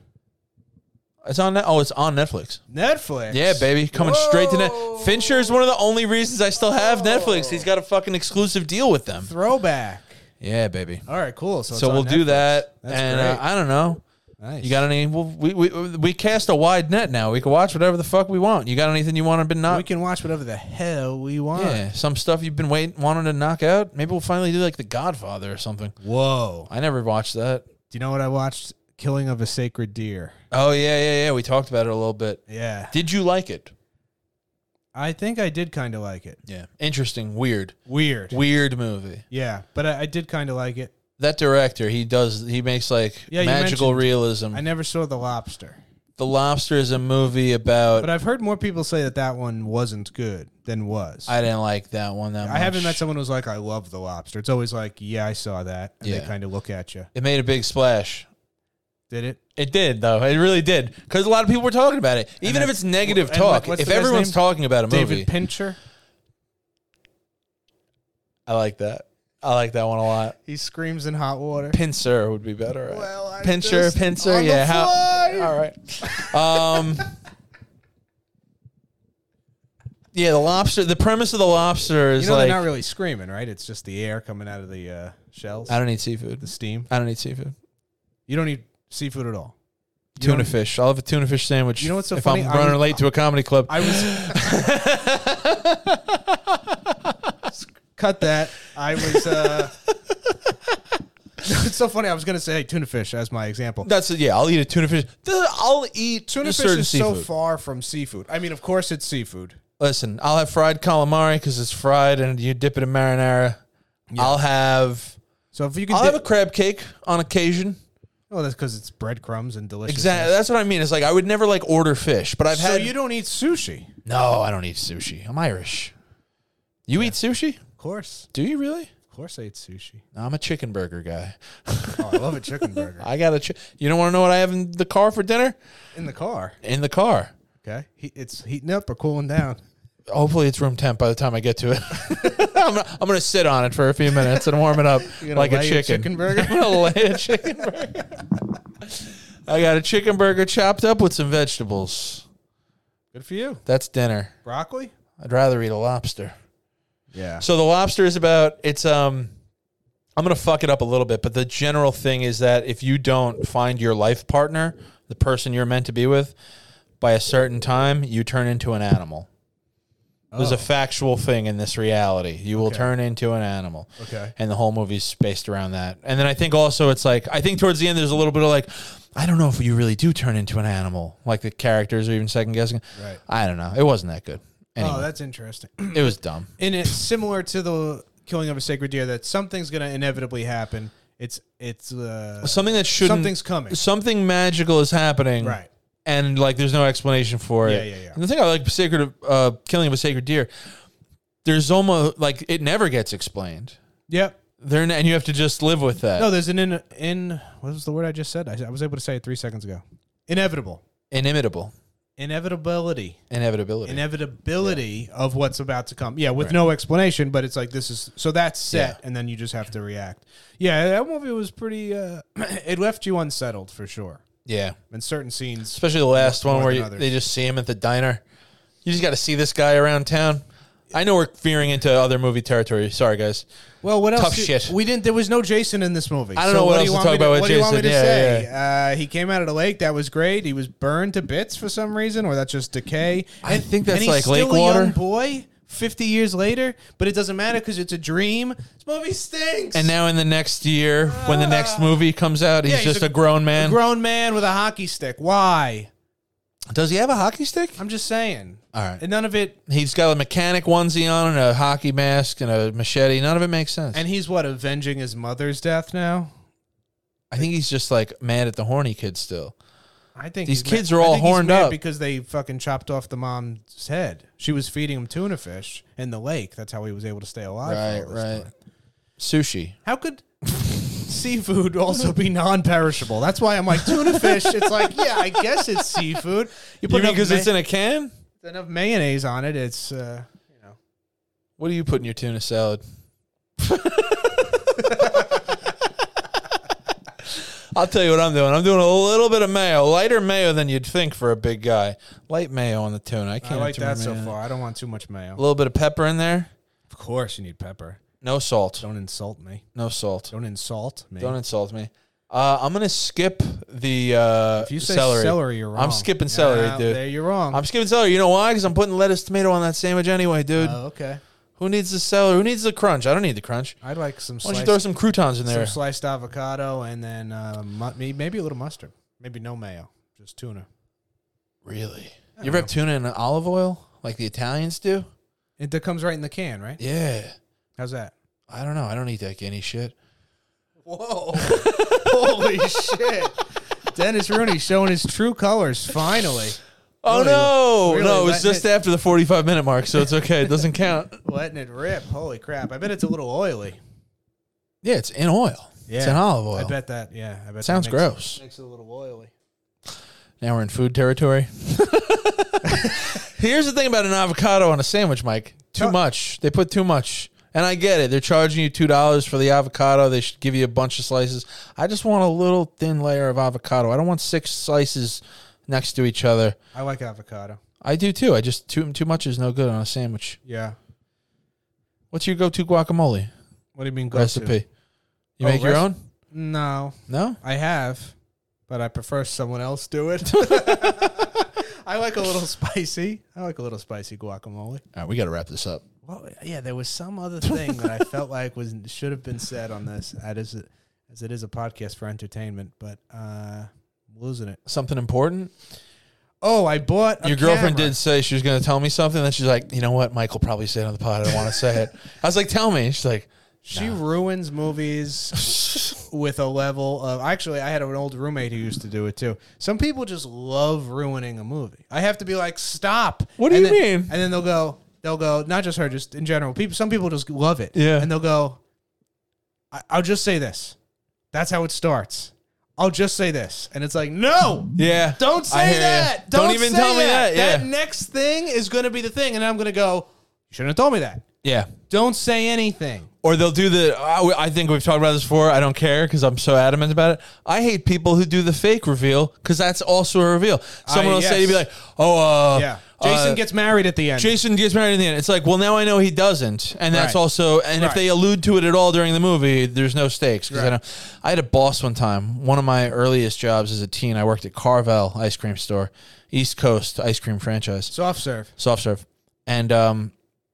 B: It's on. Net- Oh, it's on Netflix.
A: Netflix.
B: Yeah, baby, coming straight to net.
A: Whoa.
B: Fincher is one of the only reasons I still have Netflix. He's got a fucking exclusive deal with them.
A: Throwback.
B: Yeah, baby.
A: All right, cool. So, it's
B: so
A: on
B: we'll do
A: Netflix.
B: that,
A: That's
B: and
A: great.
B: uh, I don't know.
A: Nice.
B: You got any? Well, we, we we cast a wide net now. We can watch whatever the fuck we want. You got anything you want to been
A: we
B: knock?
A: can watch whatever the hell we want.
B: Yeah, some stuff you've been waiting wanting to knock out. Maybe we'll finally do like The Godfather or something.
A: Whoa.
B: I never watched that.
A: Do you know what I watched? Killing of a Sacred Deer.
B: Oh yeah, yeah, yeah. We talked about it a little bit.
A: Yeah.
B: Did you like it?
A: I think I did kind of like it.
B: Yeah. Interesting. Weird.
A: Weird.
B: Weird movie.
A: Yeah, but I, I did kind of like it.
B: That director, he does. He makes like
A: Yeah, you
B: magical realism.
A: I never saw The Lobster,
B: the Lobster is a movie about.
A: but I've heard more people say that that one wasn't good than was. I,
B: I didn't like that one that much.
A: haven't met someone who's like, "I love The Lobster." It's always like, "Yeah, I saw that," and they
B: Yeah.
A: kind of look at you.
B: It made a big splash.
A: Did it?
B: It did though. It really did because a lot of people were talking about it. Even if
A: that's-
B: it's negative
A: and
B: talk,
A: what- what's
B: if
A: the guy's
B: everyone's
A: name?
B: talking about a movie,
A: David Pincher.
B: I like that. I like that one a lot.
A: He screams in hot water.
B: Pincer would be better. Right?
A: Well, I
B: pincer,
A: just-
B: pincer.
A: on the
B: Yeah.
A: fly.
B: All right. Um. yeah, the lobster. The premise of the lobster is
A: You know
B: like
A: they're not really screaming, right? It's just the air coming out of the uh, shells,
B: I don't eat seafood.
A: the steam.
B: I don't eat seafood.
A: You don't need seafood at all. You
B: Tuna
A: don't-
B: fish. I'll have a tuna fish sandwich.
A: You know what's so
B: if
A: funny?
B: I'm
A: I
B: running
A: was-
B: late to a comedy club.
A: I was. Cut that. I was. Uh... it's so funny. I was going to say hey, tuna fish as my example.
B: that's yeah. I'll eat a tuna fish. I'll eat
A: Tuna fish
B: certain
A: is so
B: seafood.
A: far from seafood. I mean, of course, it's seafood.
B: Listen, I'll have fried calamari because it's fried and you dip it in marinara. I'll have
A: So if you can,
B: I'll
A: dip-
B: have a crab cake on occasion.
A: oh, that's because it's breadcrumbs and delicious.
B: Exactly. That's what I mean. It's like I would never like order fish, but I've
A: So
B: had.
A: you don't eat sushi?
B: no, I don't eat sushi. I'm Irish. You eat sushi?
A: Of course,
B: Do you really?
A: of course, I eat sushi.
B: No, I'm a chicken burger guy.
A: Oh, I love a chicken burger
B: I got a. Chi- you don't want to know what I have in the car for dinner?
A: in the car.
B: In the car.
A: Okay, he, it's heating up or cooling down.
B: Hopefully it's room temp by the time I get to it. I'm, not, I'm gonna sit on it for a few minutes and warm it up
A: gonna
B: like a
A: lay a
B: chicken.
A: chicken burger?
B: I'm gonna lay a chicken burger. I got a chicken burger chopped up with some vegetables.
A: Good for you.
B: That's dinner.
A: Broccoli.
B: I'd rather eat a lobster.
A: Yeah.
B: So the lobster is about it's um I'm gonna fuck it up a little bit, but the general thing is that if you don't find your life partner, the person you're meant to be with, by a certain time, you turn into an animal. There's a factual thing in this reality. You will
A: Oh. Okay.
B: turn into an animal.
A: Okay.
B: And the whole movie's based around that. And then I think also it's like I think towards the end there's a little bit of like I don't know if you really do turn into an animal. Like the characters are even second guessing.
A: Right.
B: I don't know. It wasn't that good.
A: Oh,
B: Anyway,
A: that's interesting.
B: it was dumb.
A: and it's similar to the killing of a sacred deer that something's going to inevitably happen. It's it's uh,
B: Something that shouldn't
A: something's coming,
B: something magical is happening,
A: right?
B: And like, there's no explanation for
A: Yeah,
B: it.
A: yeah, yeah.
B: And the thing I like, sacred uh, killing of a sacred deer. There's almost like it never gets explained.
A: Yep.
B: There and you have to just live with that.
A: No, there's an in in what was the word I just said? I, I was able to say it three seconds ago. Inevitable,
B: Inimitable
A: inevitability,
B: inevitability.
A: inevitability of what's about to come. Yeah, with no explanation, but it's like this is so that's set, and then you just have to react. Yeah, that movie was pretty. Uh, it left you unsettled for sure.
B: yeah,
A: And certain scenes,
B: especially the last
A: More
B: one where
A: than
B: you,
A: others.
B: they just see him at the diner. You just got to see this guy around town. I know we're veering into other movie territory. Sorry, guys.
A: Well, what else?
B: Tough
A: did-
B: shit.
A: We didn't. There was no Jason in this movie.
B: I don't know what
A: do
B: else
A: you
B: to
A: want
B: talk
A: me
B: about with
A: What do you want me to
B: Jason. Yeah,
A: say? Uh, he came out of the lake. That was great. He was burned to bits for some reason, or that's just decay.
B: I
A: And-
B: think that's
A: and he's
B: like
A: still
B: lake
A: a young
B: water.
A: boy, fifty years later, but it doesn't matter because it's a dream. This movie stinks.
B: And now in the next year, when the next movie comes out, he's,
A: Ah. Yeah, he's
B: just
A: a-
B: a, grown man.
A: grown man with a hockey stick. Why?
B: Does he have a hockey stick?
A: I'm just saying.
B: All right.
A: And none of it.
B: He's got a mechanic onesie on and a hockey mask and a machete. None of it makes sense.
A: And he's what avenging his mother's death now.
B: I think he's just like mad at the horny kid still.
A: I think
B: These
A: he's ma-
B: kids are
A: I
B: all
A: think he's
B: horned
A: mad
B: up.
A: because they fucking chopped off the mom's head. She was feeding him tuna fish in the lake. That's how he was able to stay alive. for all this time.
B: Sushi.
A: How could seafood also be non-perishable? That's why I'm like tuna fish. It's like yeah, I guess it's seafood. You
B: You mean
A: enough
B: because it's
A: ma-
B: in a can?
A: enough mayonnaise on it. It's uh, you know
B: What do you put in your tuna salad? I'll tell you what I'm doing. I'm doing a little bit of mayo, lighter mayo than you'd think for a big guy. Light mayo on the tuna. I can't
A: I
B: have
A: like
B: too much
A: that so
B: mayo.
A: far. I don't want too much
B: A
A: mayo.
B: little bit of pepper in there.
A: Of course, you need pepper.
B: No salt.
A: Don't insult me.
B: No salt.
A: Don't insult me.
B: Don't insult me. Uh, I'm gonna skip the uh,
A: if you say
B: celery.
A: celery, you're wrong.
B: I'm skipping celery,
A: Yeah,
B: dude.
A: There, you're wrong.
B: I'm skipping celery. You know why? Because I'm putting lettuce, tomato on that sandwich anyway, dude.
A: Oh, okay.
B: Who needs the celery? Who needs the crunch? I don't need the crunch.
A: I like some
B: Why don't you
A: sliced,
B: throw some croutons in
A: some
B: there?
A: sliced avocado and then uh, mu- may- maybe a little mustard. Maybe no mayo, just tuna.
B: Really? You ever have tuna in olive oil like the Italians do?
A: It that comes right in the can, right?
B: Yeah.
A: How's that?
B: I don't know. I don't eat that guinea shit.
A: Whoa! Holy shit! Dennis Rooney showing his true colors finally.
B: Oh
A: Really?
B: no,
A: Really?
B: no! It was
A: Letting
B: just
A: it-
B: after the forty-five minute mark, so it's okay. It doesn't count.
A: Letting it rip. Holy crap! I bet it's a little oily.
B: Yeah, it's in oil. It's
A: Yeah.
B: in olive oil.
A: I bet that. Yeah, I bet.
B: Sounds
A: that makes,
B: gross.
A: Makes it a little oily.
B: Now we're in food territory. Here's the thing about an avocado on a sandwich, Mike. Too
A: No.
B: much. They put too much. And I get it. They're charging you two dollars for the avocado. They should give you a bunch of slices. I just want a little thin layer of avocado. I don't want six slices next to each other.
A: I like avocado.
B: I do too. I just too too much is no good on a sandwich.
A: Yeah.
B: What's your go-to guacamole
A: What do you mean go
B: recipe? You
A: Oh,
B: make your
A: rec-
B: own?
A: No,
B: No.
A: I have, but I prefer someone else do it. I like a little spicy. I like a little spicy guacamole.
B: All right, we got to wrap this up.
A: Well, yeah, there was some other thing that I felt like was should have been said on this, as it, as it is a podcast for entertainment, but uh, I'm losing it.
B: Something important.
A: Oh, I bought a
B: Your girlfriend
A: camera.
B: did say she was going to tell me something. Then she's like, you know what? Michael probably said on the pod. I don't want to say it. I was like, tell me. She's like,
A: She ruins movies with a level of. Actually, I had an old roommate who used to do it too. Some people just love ruining a movie. I have to be like, stop.
B: What do
A: And
B: you
A: then-
B: mean?
A: And then they'll go, they'll go. Not just her, just in general. People. Some people just love it.
B: Yeah.
A: And they'll go. I- I'll just say this. That's how it starts. I'll just say this, and it's like, no,
B: yeah,
A: don't
B: I
A: say
B: hear ya.
A: that.
B: Don't, even
A: say
B: tell me that.
A: That
B: Yeah,
A: next thing is going to be the thing, and I'm going to go. You shouldn't have told me that.
B: yeah.
A: Don't say anything.
B: Or they'll do the. I, I think we've talked about this before. I don't care because I'm so adamant about it. I hate people who do the fake reveal because that's also a reveal. Someone
A: I-
B: will say to be
A: Ah, yes.
B: like, "Oh, uh,
A: Yeah. Jason
B: uh,
A: gets married at the end.
B: Jason gets married in the end. It's like, well, now I know he doesn't, and that's
A: Right.
B: also. And if
A: Right.
B: they allude to it at all during the movie, there's no stakes. 'cause I
A: Right.
B: know. I had a boss one time. One of my earliest jobs as a teen, I worked at Carvel Ice Cream Store, East Coast ice cream franchise,
A: Soft serve.
B: soft serve, and um,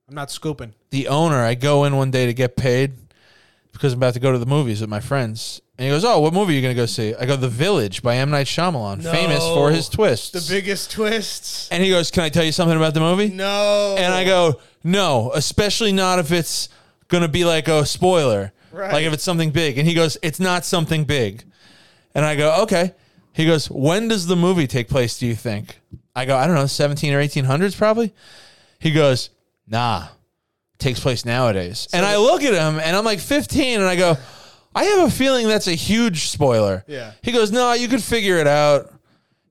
A: I'm not scooping.
B: the owner. I go in one day to get paid because I'm about to go to the movies with my friends, and he goes, "Oh, what movie are you going to go see?" I go, "The Village" by M Night Shyamalan, famous for his twists.
A: The biggest twists.
B: and he goes, "Can I tell you something about the movie?"
A: No.
B: And I go, no, especially not if it's gonna be like a spoiler,
A: Right.
B: like if it's something big. And he goes, it's not something big. And I go, okay. He goes, when does the movie take place? Do you think? I go, I don't know, seventeen or eighteen hundreds probably. He goes, nah, takes place nowadays. and I look at him and I'm like fifteen, and I go, I have a feeling that's a huge spoiler.
A: Yeah.
B: He goes, no, you could figure it out.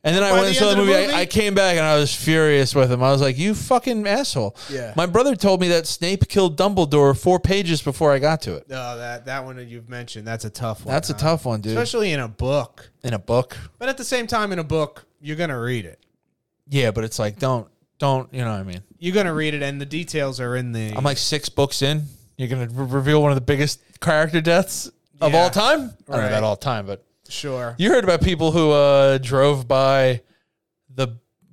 B: And then I
A: By
B: went and
A: the
B: saw
A: end
B: the
A: of
B: movie.
A: the
B: I,
A: movie?
B: I came back and I was furious with him. I was like, "You fucking asshole!"
A: Yeah.
B: My brother told me that Snape killed Dumbledore four pages before I got to it.
A: No, that that one that you've mentioned. That's a tough one.
B: That's a
A: huh?
B: tough one, dude.
A: Uh, Especially in a book.
B: In a book.
A: But at the same time, in a book, you're gonna read it.
B: Yeah, but it's like, don't, don't. You know what I mean?
A: You're gonna read it, and the details are in the.
B: I'm like six books in. You're gonna re- reveal one of the biggest character deaths of
A: Yeah.
B: all time. I don't know
A: Right.
B: about all time, but
A: sure.
B: you heard about people who uh, drove by the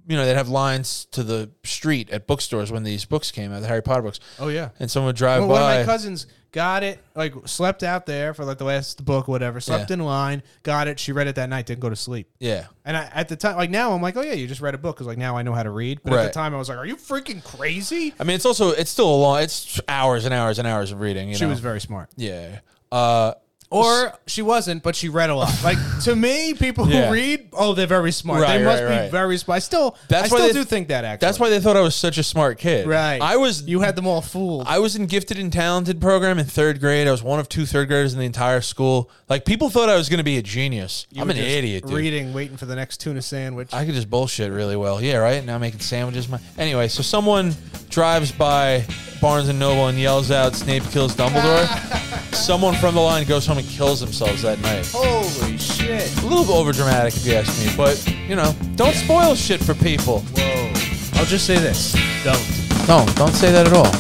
B: you know, they'd have lines to the street at bookstores when these books came out, the Harry Potter books.
A: Oh yeah.
B: And someone would drive
A: Well, one of
B: by.
A: my cousins got it, like slept out there for like the last book, whatever. Slept
B: Yeah.
A: in line, got it. She read it that night, didn't go to sleep.
B: yeah.
A: And I, at the time, like now, I'm like, oh yeah, you just read a book because like now I know how to read. But at the
B: Right.
A: time, I was like, are you freaking crazy?
B: I mean, it's also, it's still a long, it's hours and hours and hours of reading. You
A: She
B: know?
A: was very smart,
B: Yeah. Uh,
A: or she wasn't, but she read a lot. Like to me, people
B: Yeah.
A: who read, oh, they're very smart.
B: Right,
A: they must
B: right,
A: be
B: right.
A: very smart. I still,
B: That's
A: I
B: why
A: still
B: they-
A: do think that. Actually,
B: that's why they thought I was such a smart kid.
A: Right.
B: I was
A: you had them all fooled.
B: I was in gifted and talented program in third grade. I was one of two third graders in the entire school. Like people thought I was going to be a genius.
A: You
B: I'm
A: were
B: an
A: just
B: idiot, dude.
A: Reading, waiting for the next tuna sandwich.
B: I could just bullshit really well. Yeah, right. Now making sandwiches. My anyway. So someone drives by Barnes and Noble and yells out, "Snape kills Dumbledore." someone from the line goes home and kills themselves that night.
A: Holy shit!
B: A little bit overdramatic, if you ask me. But you know, don't spoil shit for people.
A: Whoa! I'll just say this: don't.
B: Don't don't say that at all.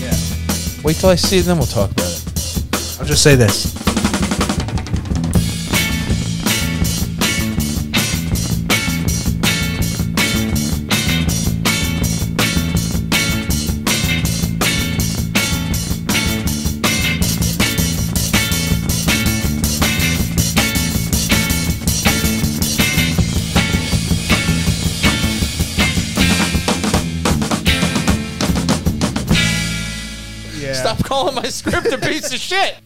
A: Yeah.
B: Wait till I see it, then we'll talk about it.
A: I'll just say this. Yeah.
B: Stop calling my script a piece of shit.